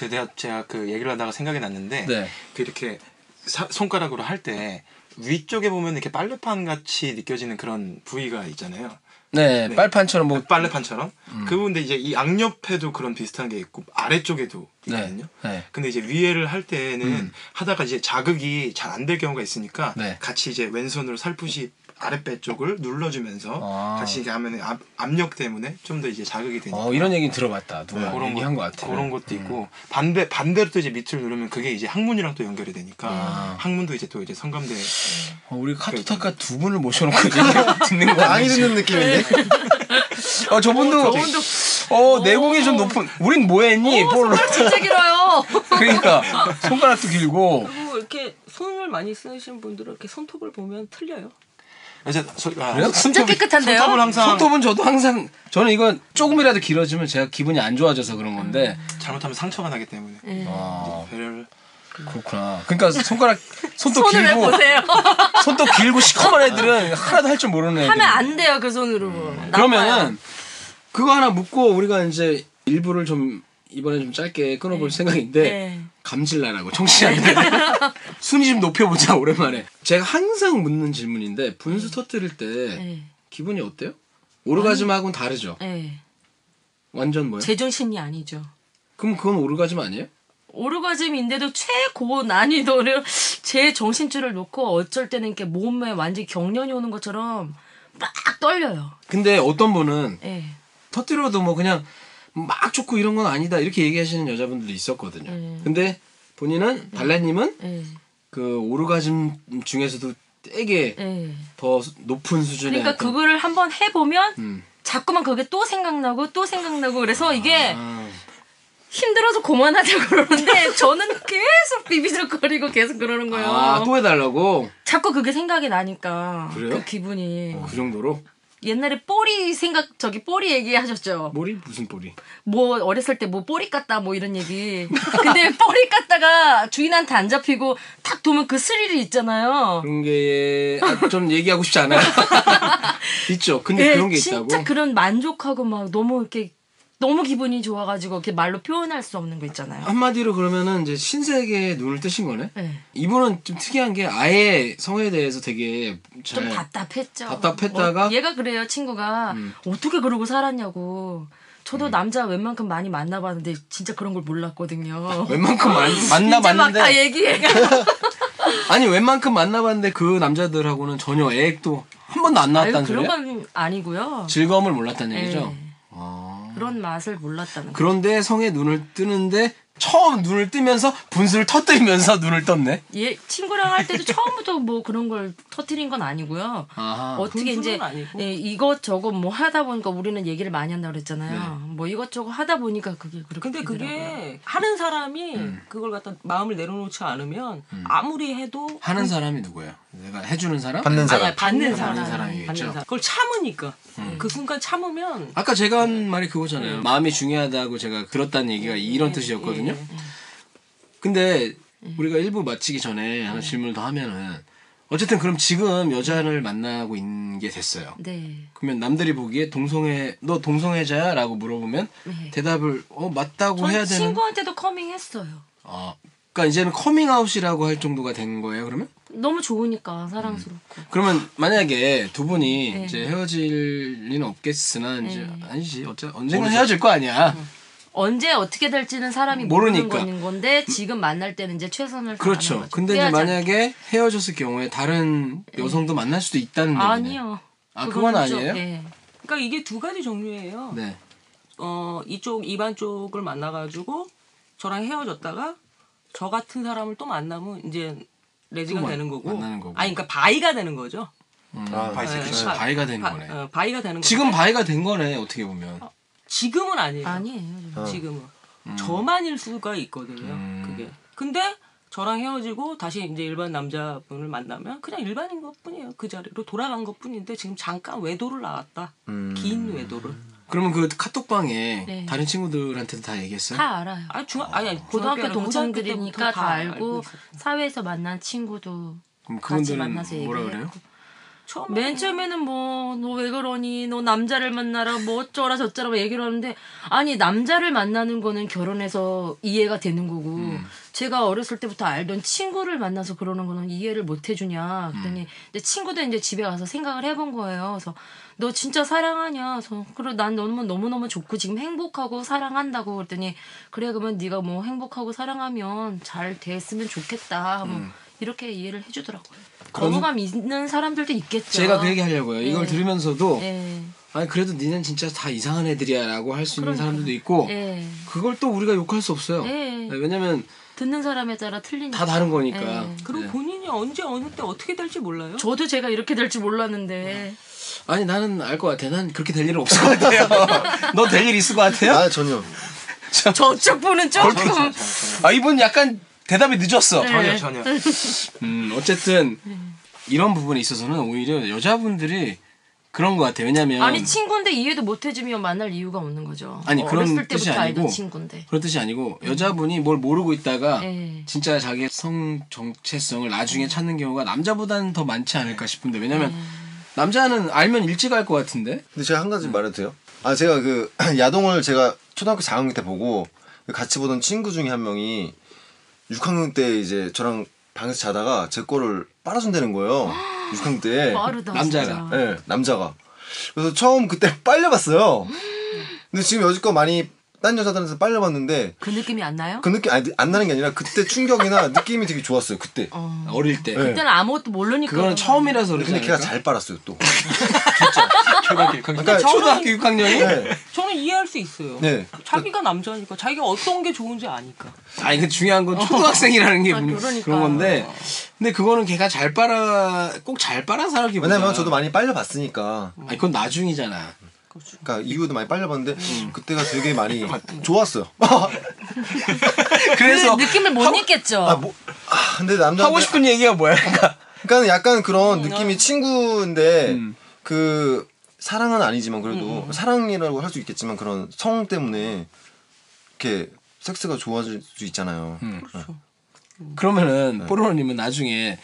[SPEAKER 3] 그 내가 제가 그 얘기를 하다가 생각이 났는데
[SPEAKER 2] 네.
[SPEAKER 3] 그 이렇게 사- 손가락으로 할 때 위쪽에 보면 이렇게 빨래판 같이 느껴지는 그런 부위가 있잖아요.
[SPEAKER 2] 네, 빨판처럼 뭐
[SPEAKER 3] 빨래판처럼. 그 근데 이제 이 양옆에도 그런 비슷한 게 있고 아래쪽에도 있거든요.
[SPEAKER 2] 네, 네.
[SPEAKER 3] 근데 이제 위에를 할 때는 하다가 이제 자극이 잘 안 될 경우가 있으니까
[SPEAKER 2] 음. 네.
[SPEAKER 3] 같이 이제 왼손으로 살포시 아랫배 쪽을 눌러주면서
[SPEAKER 2] 아.
[SPEAKER 3] 같이 이렇게 하면 압, 압력 때문에 좀 더 이제 자극이 되니까.
[SPEAKER 2] 어 이런 얘기 들어봤다 누가
[SPEAKER 3] 네, 그런
[SPEAKER 2] 얘기한
[SPEAKER 3] 것-
[SPEAKER 2] 것 음. 같아
[SPEAKER 3] 그런 것도 있고 반대 반대로 또 이제 밑을 누르면 그게 이제 항문이랑 또 연결이 되니까
[SPEAKER 2] 아.
[SPEAKER 3] 항문도 이제 또 이제 성감대.
[SPEAKER 2] 어, 우리 카토타카 두 분을 모셔놓고 얘기 듣는 거
[SPEAKER 5] 강의
[SPEAKER 2] 아니지? 네.
[SPEAKER 5] 듣는 느낌인데.
[SPEAKER 2] 어 저분도 어 내공이 좀 높은 우린 뭐했니? 볼로
[SPEAKER 4] 진짜 길어요.
[SPEAKER 2] 그러니까 손가락도 길고
[SPEAKER 1] 그리고 뭐 이렇게 손을 많이 쓰시는 분들은 이렇게 손톱을 보면 틀려요.
[SPEAKER 3] 그래서 소, 아,
[SPEAKER 2] 그래요?
[SPEAKER 4] 진짜 깨끗한데요?
[SPEAKER 3] 손톱을 항상
[SPEAKER 2] 손톱은 저도 항상 저는 이건 조금이라도 길어지면 제가 기분이 안 좋아져서 그런 건데
[SPEAKER 3] 잘못하면 상처가 나기 때문에
[SPEAKER 4] 예.
[SPEAKER 2] 아
[SPEAKER 3] 배려를
[SPEAKER 2] 그렇구나 그러니까 손가락 손톱
[SPEAKER 4] 손을 왜
[SPEAKER 2] 길고
[SPEAKER 4] 보세요?
[SPEAKER 2] 손톱 길고 시커먼 애들은 하나도 할 줄 모르는 애들
[SPEAKER 4] 하면 안 돼요 그 손으로. 나빠요.
[SPEAKER 2] 음. 그러면은 그거 하나 묻고 우리가 이제 일부를 좀 이번에 좀 짧게 끊어볼 생각인데
[SPEAKER 4] 네.
[SPEAKER 2] 감질나라고 청취자들 순위 좀 높여보자 오랜만에 제가 항상 묻는 질문인데 분수 터뜨릴 때
[SPEAKER 4] 네.
[SPEAKER 2] 기분이 어때요? 오르가즘하고는 다르죠.
[SPEAKER 4] 예.
[SPEAKER 2] 완전 뭐요?
[SPEAKER 4] 제정신이 아니죠.
[SPEAKER 2] 그럼 그건 오르가즘 아니에요?
[SPEAKER 4] 오르가즘인데도 최고 난이도를 제 정신줄을 놓고 어쩔 때는 이렇게 몸에 완전히 경련이 오는 것처럼 막 떨려요.
[SPEAKER 2] 근데 어떤 분은
[SPEAKER 4] 예.
[SPEAKER 2] 터뜨려도 뭐 그냥 막 좋고 이런 건 아니다 이렇게 얘기하시는 여자분들도 있었거든요.
[SPEAKER 4] 네.
[SPEAKER 2] 근데 본인은 발레님은
[SPEAKER 4] 예.
[SPEAKER 2] 그 오르가즘 중에서도 되게
[SPEAKER 4] 예.
[SPEAKER 2] 더 수- 높은 수준의
[SPEAKER 4] 그러니까
[SPEAKER 2] 어떤-
[SPEAKER 4] 그거를 한번 해보면
[SPEAKER 2] 네, 음.
[SPEAKER 4] 자꾸만 그게 또 생각나고 또 생각나고 그래서 이게
[SPEAKER 2] 아,
[SPEAKER 4] 힘들어서 그만하자고 그러는데 저는 계속 비비적거리고 계속 그러는 거예요.
[SPEAKER 2] 아, 또 해달라고
[SPEAKER 4] 자꾸 그게 생각이 나니까
[SPEAKER 2] 그래요?
[SPEAKER 4] 그 기분이
[SPEAKER 2] 그 정도로
[SPEAKER 4] 옛날에 뽀리 생각 저기 뽀리 얘기하셨죠.
[SPEAKER 2] 볼이 무슨 볼이
[SPEAKER 4] 뭐 어렸을 때 뭐 뽀리 깠다 뭐 이런 얘기. 근데 뽀리 깠다가 주인한테 안 잡히고 탁 도면 그 스릴이 있잖아요.
[SPEAKER 2] 그런 게좀 얘기하고 싶지 않아요 있죠 근데
[SPEAKER 4] 예,
[SPEAKER 2] 그런 게
[SPEAKER 4] 진짜
[SPEAKER 2] 있다고
[SPEAKER 4] 그런 만족하고 막 너무 이렇게 너무 기분이 좋아가지고 이렇게 말로 표현할 수 없는 거 있잖아요.
[SPEAKER 2] 한마디로 그러면은 이제 신세계에 눈을 뜨신 거네
[SPEAKER 4] 예.
[SPEAKER 2] 이분은 좀 특이한 게 아예 성에 대해서 되게 잘
[SPEAKER 4] 좀 답답했죠.
[SPEAKER 2] 네. 답답했다가? 음.
[SPEAKER 4] 어, 얘가 그래요 친구가 어떻게 그러고 살았냐고. 저도 남자 웬만큼 많이 만나봤는데 진짜 그런 걸 몰랐거든요.
[SPEAKER 2] 웬만큼 아, 만,
[SPEAKER 4] 아, 진짜 막 다
[SPEAKER 2] 만나봤는데
[SPEAKER 4] 얘기해가.
[SPEAKER 2] 아니 웬만큼 만나봤는데 그 남자들하고는 전혀 애액도 한 번도 안
[SPEAKER 4] 아유,
[SPEAKER 2] 나왔다는
[SPEAKER 4] 그런
[SPEAKER 2] 소리야?
[SPEAKER 4] 건 아니고요.
[SPEAKER 2] 즐거움을 몰랐다는 얘기죠. 아.
[SPEAKER 4] 예. 그런 맛을 몰랐다는 거.
[SPEAKER 2] 그런데 성에 눈을 뜨는데 처음 눈을 뜨면서 분수를 터뜨리면서 눈을 떴네.
[SPEAKER 4] 얘 친구랑 할 때도 처음부터 뭐 그런 걸 터트린 건 아니고요.
[SPEAKER 2] 아하.
[SPEAKER 4] 어떻게
[SPEAKER 1] 그건
[SPEAKER 4] 이제
[SPEAKER 1] 아니고.
[SPEAKER 4] 예, 이것저것 뭐 하다 보니까 우리는 얘기를 많이 한다 그랬잖아요. 뭐 이것저것 하다 보니까 그게 그렇게
[SPEAKER 1] 근데
[SPEAKER 4] 되더라고요.
[SPEAKER 1] 그게 하는 사람이
[SPEAKER 2] 음.
[SPEAKER 1] 그걸 갖다 마음을 내려놓지 않으면 아무리 해도
[SPEAKER 2] 하는 사람이 누구야? 내가 해주는 사람?
[SPEAKER 5] 받는 사람.
[SPEAKER 1] 아니, 받는 사람.
[SPEAKER 2] 받는 사람이겠죠. 음.
[SPEAKER 1] 받는 사람. 그걸 참으니까. 그 순간 참으면
[SPEAKER 2] 아까 제가 한 말이 그거잖아요. 마음이 중요하다고 제가 들었다는 얘기가
[SPEAKER 4] 음.
[SPEAKER 2] 이런 뜻이었거든요. 근데
[SPEAKER 4] 음.
[SPEAKER 2] 우리가 일부 마치기 전에 하나 질문을 더 하면은 어쨌든 그럼 지금 여자를 만나고 있는 게 됐어요.
[SPEAKER 4] 네.
[SPEAKER 2] 그러면 남들이 보기에 동성애 너 동성애자야라고 물어보면 대답을 어 맞다고
[SPEAKER 4] 네. 전
[SPEAKER 2] 해야 되는
[SPEAKER 4] 친구한테도 커밍했어요.
[SPEAKER 2] 아 그러니까 이제는 커밍아웃이라고 할 정도가 된 거예요 그러면
[SPEAKER 4] 너무 좋으니까
[SPEAKER 2] 음.
[SPEAKER 4] 사랑스럽고.
[SPEAKER 2] 그러면 만약에 두 분이
[SPEAKER 4] 네.
[SPEAKER 2] 이제 헤어질 리는 없겠으나 이제 아니지 어째 언젠가 헤어질 거 아니야
[SPEAKER 4] 네. 언제 어떻게 될지는 사람이
[SPEAKER 2] 모르니까.
[SPEAKER 4] 모르는 건 건데 지금 만날 때는 이제 최선을 다하는
[SPEAKER 2] 그렇죠
[SPEAKER 4] 거죠.
[SPEAKER 2] 근데 이제
[SPEAKER 4] 후회하지
[SPEAKER 2] 만약에 헤어졌을 경우에 다른 여성도 만날 수도 있다는
[SPEAKER 4] 않-
[SPEAKER 2] 얘기네
[SPEAKER 4] 아니요.
[SPEAKER 2] 아 그건
[SPEAKER 4] 그거는 좀-
[SPEAKER 2] 아니에요
[SPEAKER 4] 예.
[SPEAKER 1] 그러니까 이게 두 가지 종류예요.
[SPEAKER 2] 네
[SPEAKER 4] 아,
[SPEAKER 1] 어, 이쪽 이반 쪽을 만나가지고 저랑 헤어졌다가 저 같은 사람을 또 만나면 이제 레즈가
[SPEAKER 2] 또 만-
[SPEAKER 1] 되는 거고.
[SPEAKER 2] 만나는 거고. 네,
[SPEAKER 1] 아니, 그러니까 바이가 되는 거죠.
[SPEAKER 3] 아,
[SPEAKER 1] 네.
[SPEAKER 3] 바이세크.
[SPEAKER 2] 그치,
[SPEAKER 1] 바-
[SPEAKER 2] 바이가 되는
[SPEAKER 4] 아,
[SPEAKER 1] 바-
[SPEAKER 2] 거네
[SPEAKER 1] 어, 바이가 되는 거.
[SPEAKER 2] 지금 바이가 된 거네 어떻게 보면
[SPEAKER 1] 지금은 아니에요.
[SPEAKER 4] 아니에요. 저는.
[SPEAKER 1] 지금은
[SPEAKER 2] 음.
[SPEAKER 1] 저만일 수가 있거든요. 그게. 근데 저랑 헤어지고 다시 이제 일반 남자분을 만나면 그냥 일반인 것뿐이에요. 그 자리로 돌아간 것뿐인데 지금 잠깐 외도를 나왔다.
[SPEAKER 2] 음.
[SPEAKER 1] 긴 외도를.
[SPEAKER 2] 그러면 그 카톡방에
[SPEAKER 4] 네.
[SPEAKER 2] 다른 친구들한테도 다 얘기했어요
[SPEAKER 4] 다 알아요.
[SPEAKER 1] 아 중학 아니 아니
[SPEAKER 4] 고등학교
[SPEAKER 1] 중학교 때부터
[SPEAKER 4] 동창들이니까 다 알고
[SPEAKER 1] 있었어요.
[SPEAKER 4] 사회에서 만난 친구도
[SPEAKER 2] 그럼
[SPEAKER 4] 같이
[SPEAKER 2] 그분들은
[SPEAKER 4] 만나서
[SPEAKER 2] 뭐라
[SPEAKER 4] 얘기했고.
[SPEAKER 2] 그래요?
[SPEAKER 1] 처음에
[SPEAKER 4] 맨 처음에는 뭐 너 왜 그러니 너 남자를 만나라 뭐 어쩌라 저쩌라 막 얘기를 하는데 아니 남자를 만나는 거는 결혼해서 이해가 되는 거고
[SPEAKER 1] 음.
[SPEAKER 4] 제가 어렸을 때부터 알던 친구를 만나서 그러는 거는 이해를 못 해주냐 그랬더니
[SPEAKER 1] 음.
[SPEAKER 4] 이제 친구도 이제 집에 가서 생각을 해본 거예요 그래서 너 진짜 사랑하냐 그래서 그래 난 너무 너무너무 좋고 지금 행복하고 사랑한다고 그랬더니 그래 그러면 네가 뭐 행복하고 사랑하면 잘 됐으면 좋겠다 뭐
[SPEAKER 1] 음.
[SPEAKER 4] 이렇게 이해를 해주더라고요 거부감 있는 사람들도 있겠죠
[SPEAKER 2] 제가 그 얘기 하려고요. 이걸
[SPEAKER 4] 예.
[SPEAKER 2] 들으면서도
[SPEAKER 4] 예.
[SPEAKER 2] 아니 그래도 니는 진짜 다 이상한 애들이야라고 할 수 있는
[SPEAKER 4] 그러니까.
[SPEAKER 2] 사람들도 있고
[SPEAKER 4] 예.
[SPEAKER 2] 그걸 또 우리가 욕할 수 없어요.
[SPEAKER 4] 예.
[SPEAKER 2] 네, 왜냐면
[SPEAKER 4] 듣는 사람에 따라 틀리니까
[SPEAKER 2] 다 다른 거니까. 네.
[SPEAKER 4] 예.
[SPEAKER 1] 그리고 본인이 언제 어느 때 어떻게 될지 몰라요.
[SPEAKER 4] 저도 제가 이렇게 될 줄
[SPEAKER 2] 네.
[SPEAKER 4] 몰랐는데
[SPEAKER 2] 아니 나는 알 것 같아. 난 그렇게 될 일은 없을 것 같아요. 너 될 일 있을 것 같아요?
[SPEAKER 5] 아 전혀.
[SPEAKER 4] 저쪽 분은 조금
[SPEAKER 2] 아 이분 약간 대답이 늦었어.
[SPEAKER 4] 네.
[SPEAKER 3] 전혀 전혀.
[SPEAKER 2] 음 어쨌든 이런 부분에 있어서는 오히려 여자분들이 그런 것 같아. 요 왜냐면
[SPEAKER 4] 아니 친구인데 이해도 못 해주면 만날 이유가 없는 거죠
[SPEAKER 2] 아니,
[SPEAKER 4] 어,
[SPEAKER 2] 그런
[SPEAKER 4] 어렸을
[SPEAKER 2] 뜻이
[SPEAKER 4] 때부터 알던
[SPEAKER 2] 아니고.
[SPEAKER 4] 친구인데
[SPEAKER 2] 그런 뜻이 아니고 여자분이 뭘 모르고 있다가
[SPEAKER 4] 예.
[SPEAKER 2] 진짜 자기의 성 정체성을 나중에 찾는 경우가 남자보다는 더 많지 않을까 싶은데 왜냐면
[SPEAKER 4] 네.
[SPEAKER 2] 남자는 알면 일찍 알 것 같은데
[SPEAKER 5] 근데 제가 한 가지 말해도 돼요? 아 제가 그 야동을 제가 초등학교 4학년 때 보고 같이 보던 친구 중에 한 명이 6학년 때 이제 저랑 방에서 자다가 제 거를 빨아준다는 거예요. 6학년 때.
[SPEAKER 4] 빠르다
[SPEAKER 2] 네. 남자가.
[SPEAKER 4] 진짜.
[SPEAKER 5] 예, 남자가. 그래서 처음 그때 빨려봤어요. 근데 지금 여지껏 많이 딴 여자들한테 빨려봤는데
[SPEAKER 4] 그 느낌이 안 나요?
[SPEAKER 5] 그 느낌 아니, 안 나는 게 아니라 그때 충격이나 느낌이 되게 좋았어요. 그때.
[SPEAKER 2] 어릴 때
[SPEAKER 5] 네.
[SPEAKER 4] 그때는 아무것도 모르니까
[SPEAKER 2] 그거는 처음이라서 그러지
[SPEAKER 5] 근데 걔가
[SPEAKER 2] 않을까?
[SPEAKER 5] 잘 빨았어요 또.
[SPEAKER 3] 초등학교 6학년.
[SPEAKER 5] 그러니까
[SPEAKER 2] 초등학교 6학년이?
[SPEAKER 5] 네.
[SPEAKER 1] 저는 이해할 수 있어요.
[SPEAKER 5] 네.
[SPEAKER 1] 자기가 남자니까 자기가 어떤 게 좋은지 아니까.
[SPEAKER 2] 아니 그 중요한 건 초등학생이라는 게
[SPEAKER 4] 아,
[SPEAKER 2] 문-
[SPEAKER 4] 그러니까.
[SPEAKER 2] 그런 건데 근데 그거는 걔가 잘 빨아 꼭 잘 빨아서라기보다
[SPEAKER 5] 왜냐면 저도 많이 빨려봤으니까.
[SPEAKER 2] 아니 그건 나중이잖아.
[SPEAKER 1] 그렇죠.
[SPEAKER 5] 그러니까 이후도 많이 빨려봤는데
[SPEAKER 2] 음.
[SPEAKER 5] 그때가 되게 많이 좋았어요.
[SPEAKER 2] 그래서
[SPEAKER 4] 그 느낌을 못 잊겠죠.
[SPEAKER 5] 아, 뭐, 아, 근데 남자
[SPEAKER 2] 하고 싶은 얘기가 뭐야? 그러니까
[SPEAKER 5] 그러니까 약간 그런 느낌이 친구인데
[SPEAKER 2] 음.
[SPEAKER 5] 그 사랑은 아니지만 그래도 사랑이라고 할 수 있겠지만 그런 성 때문에 이렇게 섹스가 좋아질 수 있잖아요.
[SPEAKER 2] 음.
[SPEAKER 5] 어.
[SPEAKER 2] 그렇죠. 그러면은 뽀로로님은 나중에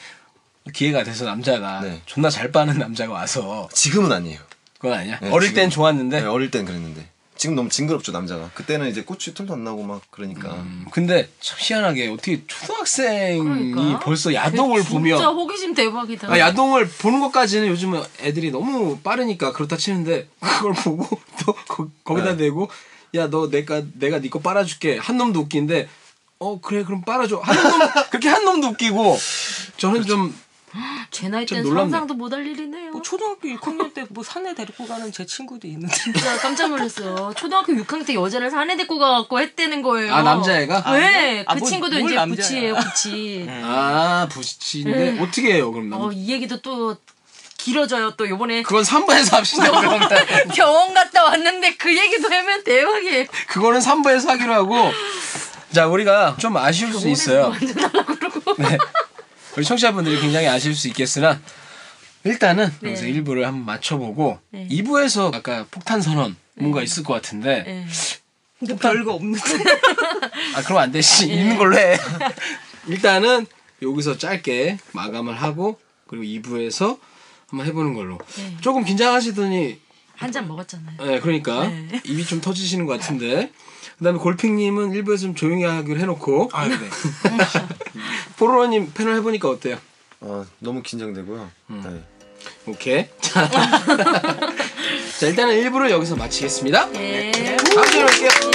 [SPEAKER 2] 기회가 돼서 남자가
[SPEAKER 5] 네.
[SPEAKER 2] 존나 잘 빠는 남자가 와서
[SPEAKER 5] 지금은 아니에요.
[SPEAKER 2] 그건 아니야.
[SPEAKER 5] 네,
[SPEAKER 2] 어릴
[SPEAKER 5] 지금.
[SPEAKER 2] 땐 좋았는데
[SPEAKER 5] 네, 어릴 땐 그랬는데 지금 너무 징그럽죠 남자가. 그때는 이제 꽃이 털도 안 나고 막 그러니까.
[SPEAKER 2] 음, 근데 참 희한하게 어떻게 음, 초등학생이
[SPEAKER 4] 그러니까.
[SPEAKER 2] 벌써 야동을
[SPEAKER 4] 진짜
[SPEAKER 2] 보며
[SPEAKER 4] 호기심 대박이다.
[SPEAKER 2] 아, 야동을 보는 것까지는 요즘은 애들이 너무 빠르니까 그렇다 치는데 그걸 보고 또 거, 기다
[SPEAKER 5] 네.
[SPEAKER 2] 대고 야 너 내가 내가 네 거 빨아줄게 한 놈도 웃긴데 어 그래 그럼 빨아줘 한 놈 그렇게 한 놈도 웃기고 저는 좀
[SPEAKER 4] 제 나이
[SPEAKER 2] 좀
[SPEAKER 4] 때는
[SPEAKER 2] 놀랍네.
[SPEAKER 4] 상상도 못 할 일이네요.
[SPEAKER 1] 뭐
[SPEAKER 2] 어?
[SPEAKER 1] 초등학교 6학년 때 뭐 산에 데리고 가는 제 친구도 있는데.
[SPEAKER 4] 진짜 깜짝 놀랐어요. 초등학고 6학년 때 여자를 산에 데리고 가갖고 했다는 거예요.
[SPEAKER 2] 아, 남자애가?
[SPEAKER 4] 네.
[SPEAKER 1] 아,
[SPEAKER 4] 그
[SPEAKER 1] 뭘-
[SPEAKER 4] 친구도
[SPEAKER 1] 뭘
[SPEAKER 4] 이제
[SPEAKER 1] 남자야. 음.
[SPEAKER 4] 부치예요, 부치.
[SPEAKER 2] 아 부치인데 어떻게 해요 그럼 남-
[SPEAKER 4] 어, 이 얘기도 또 길어져요. 또 요번에
[SPEAKER 2] 그건 3부에서 합시다 그러면
[SPEAKER 4] 병원 갔다 왔는데 그 얘기도 하면 대박이에요.
[SPEAKER 2] 그거는 3부에서 하기로 하고 자 우리가 좀 아쉬울 수
[SPEAKER 4] 뭐
[SPEAKER 2] 있어요 네. 우리 청취자분들이 굉장히 아실 수 있겠으나 일단은
[SPEAKER 4] 네.
[SPEAKER 2] 여기서 1부를 한번 맞춰보고 2부에서 아까 폭탄 선언 뭔가 있을 것 같은데
[SPEAKER 4] 네.
[SPEAKER 1] 근데 별거 없는데.
[SPEAKER 2] 아 그럼 안 되지
[SPEAKER 4] 예.
[SPEAKER 2] 있는 걸로 해 일단은 여기서 짧게 마감을 하고 그리고 2부에서 한번 해보는 걸로
[SPEAKER 4] 네.
[SPEAKER 2] 조금 긴장하시더니
[SPEAKER 4] 한 잔 먹었잖아요.
[SPEAKER 2] 네, 그러니까
[SPEAKER 4] 네.
[SPEAKER 2] 입이 좀 터지시는 것 같은데 그다음에 골핑님은 일부에서좀 조용히 하기로 해놓고
[SPEAKER 3] 아, 네.
[SPEAKER 2] 포로로님 패널 해보니까 어때요?
[SPEAKER 5] 아, 너무 긴장되고요.
[SPEAKER 2] 음.
[SPEAKER 5] 네.
[SPEAKER 2] 오케이 자, 자 일단은 일부를 여기서 마치겠습니다
[SPEAKER 4] 네.
[SPEAKER 2] 다음 주에 뵐게요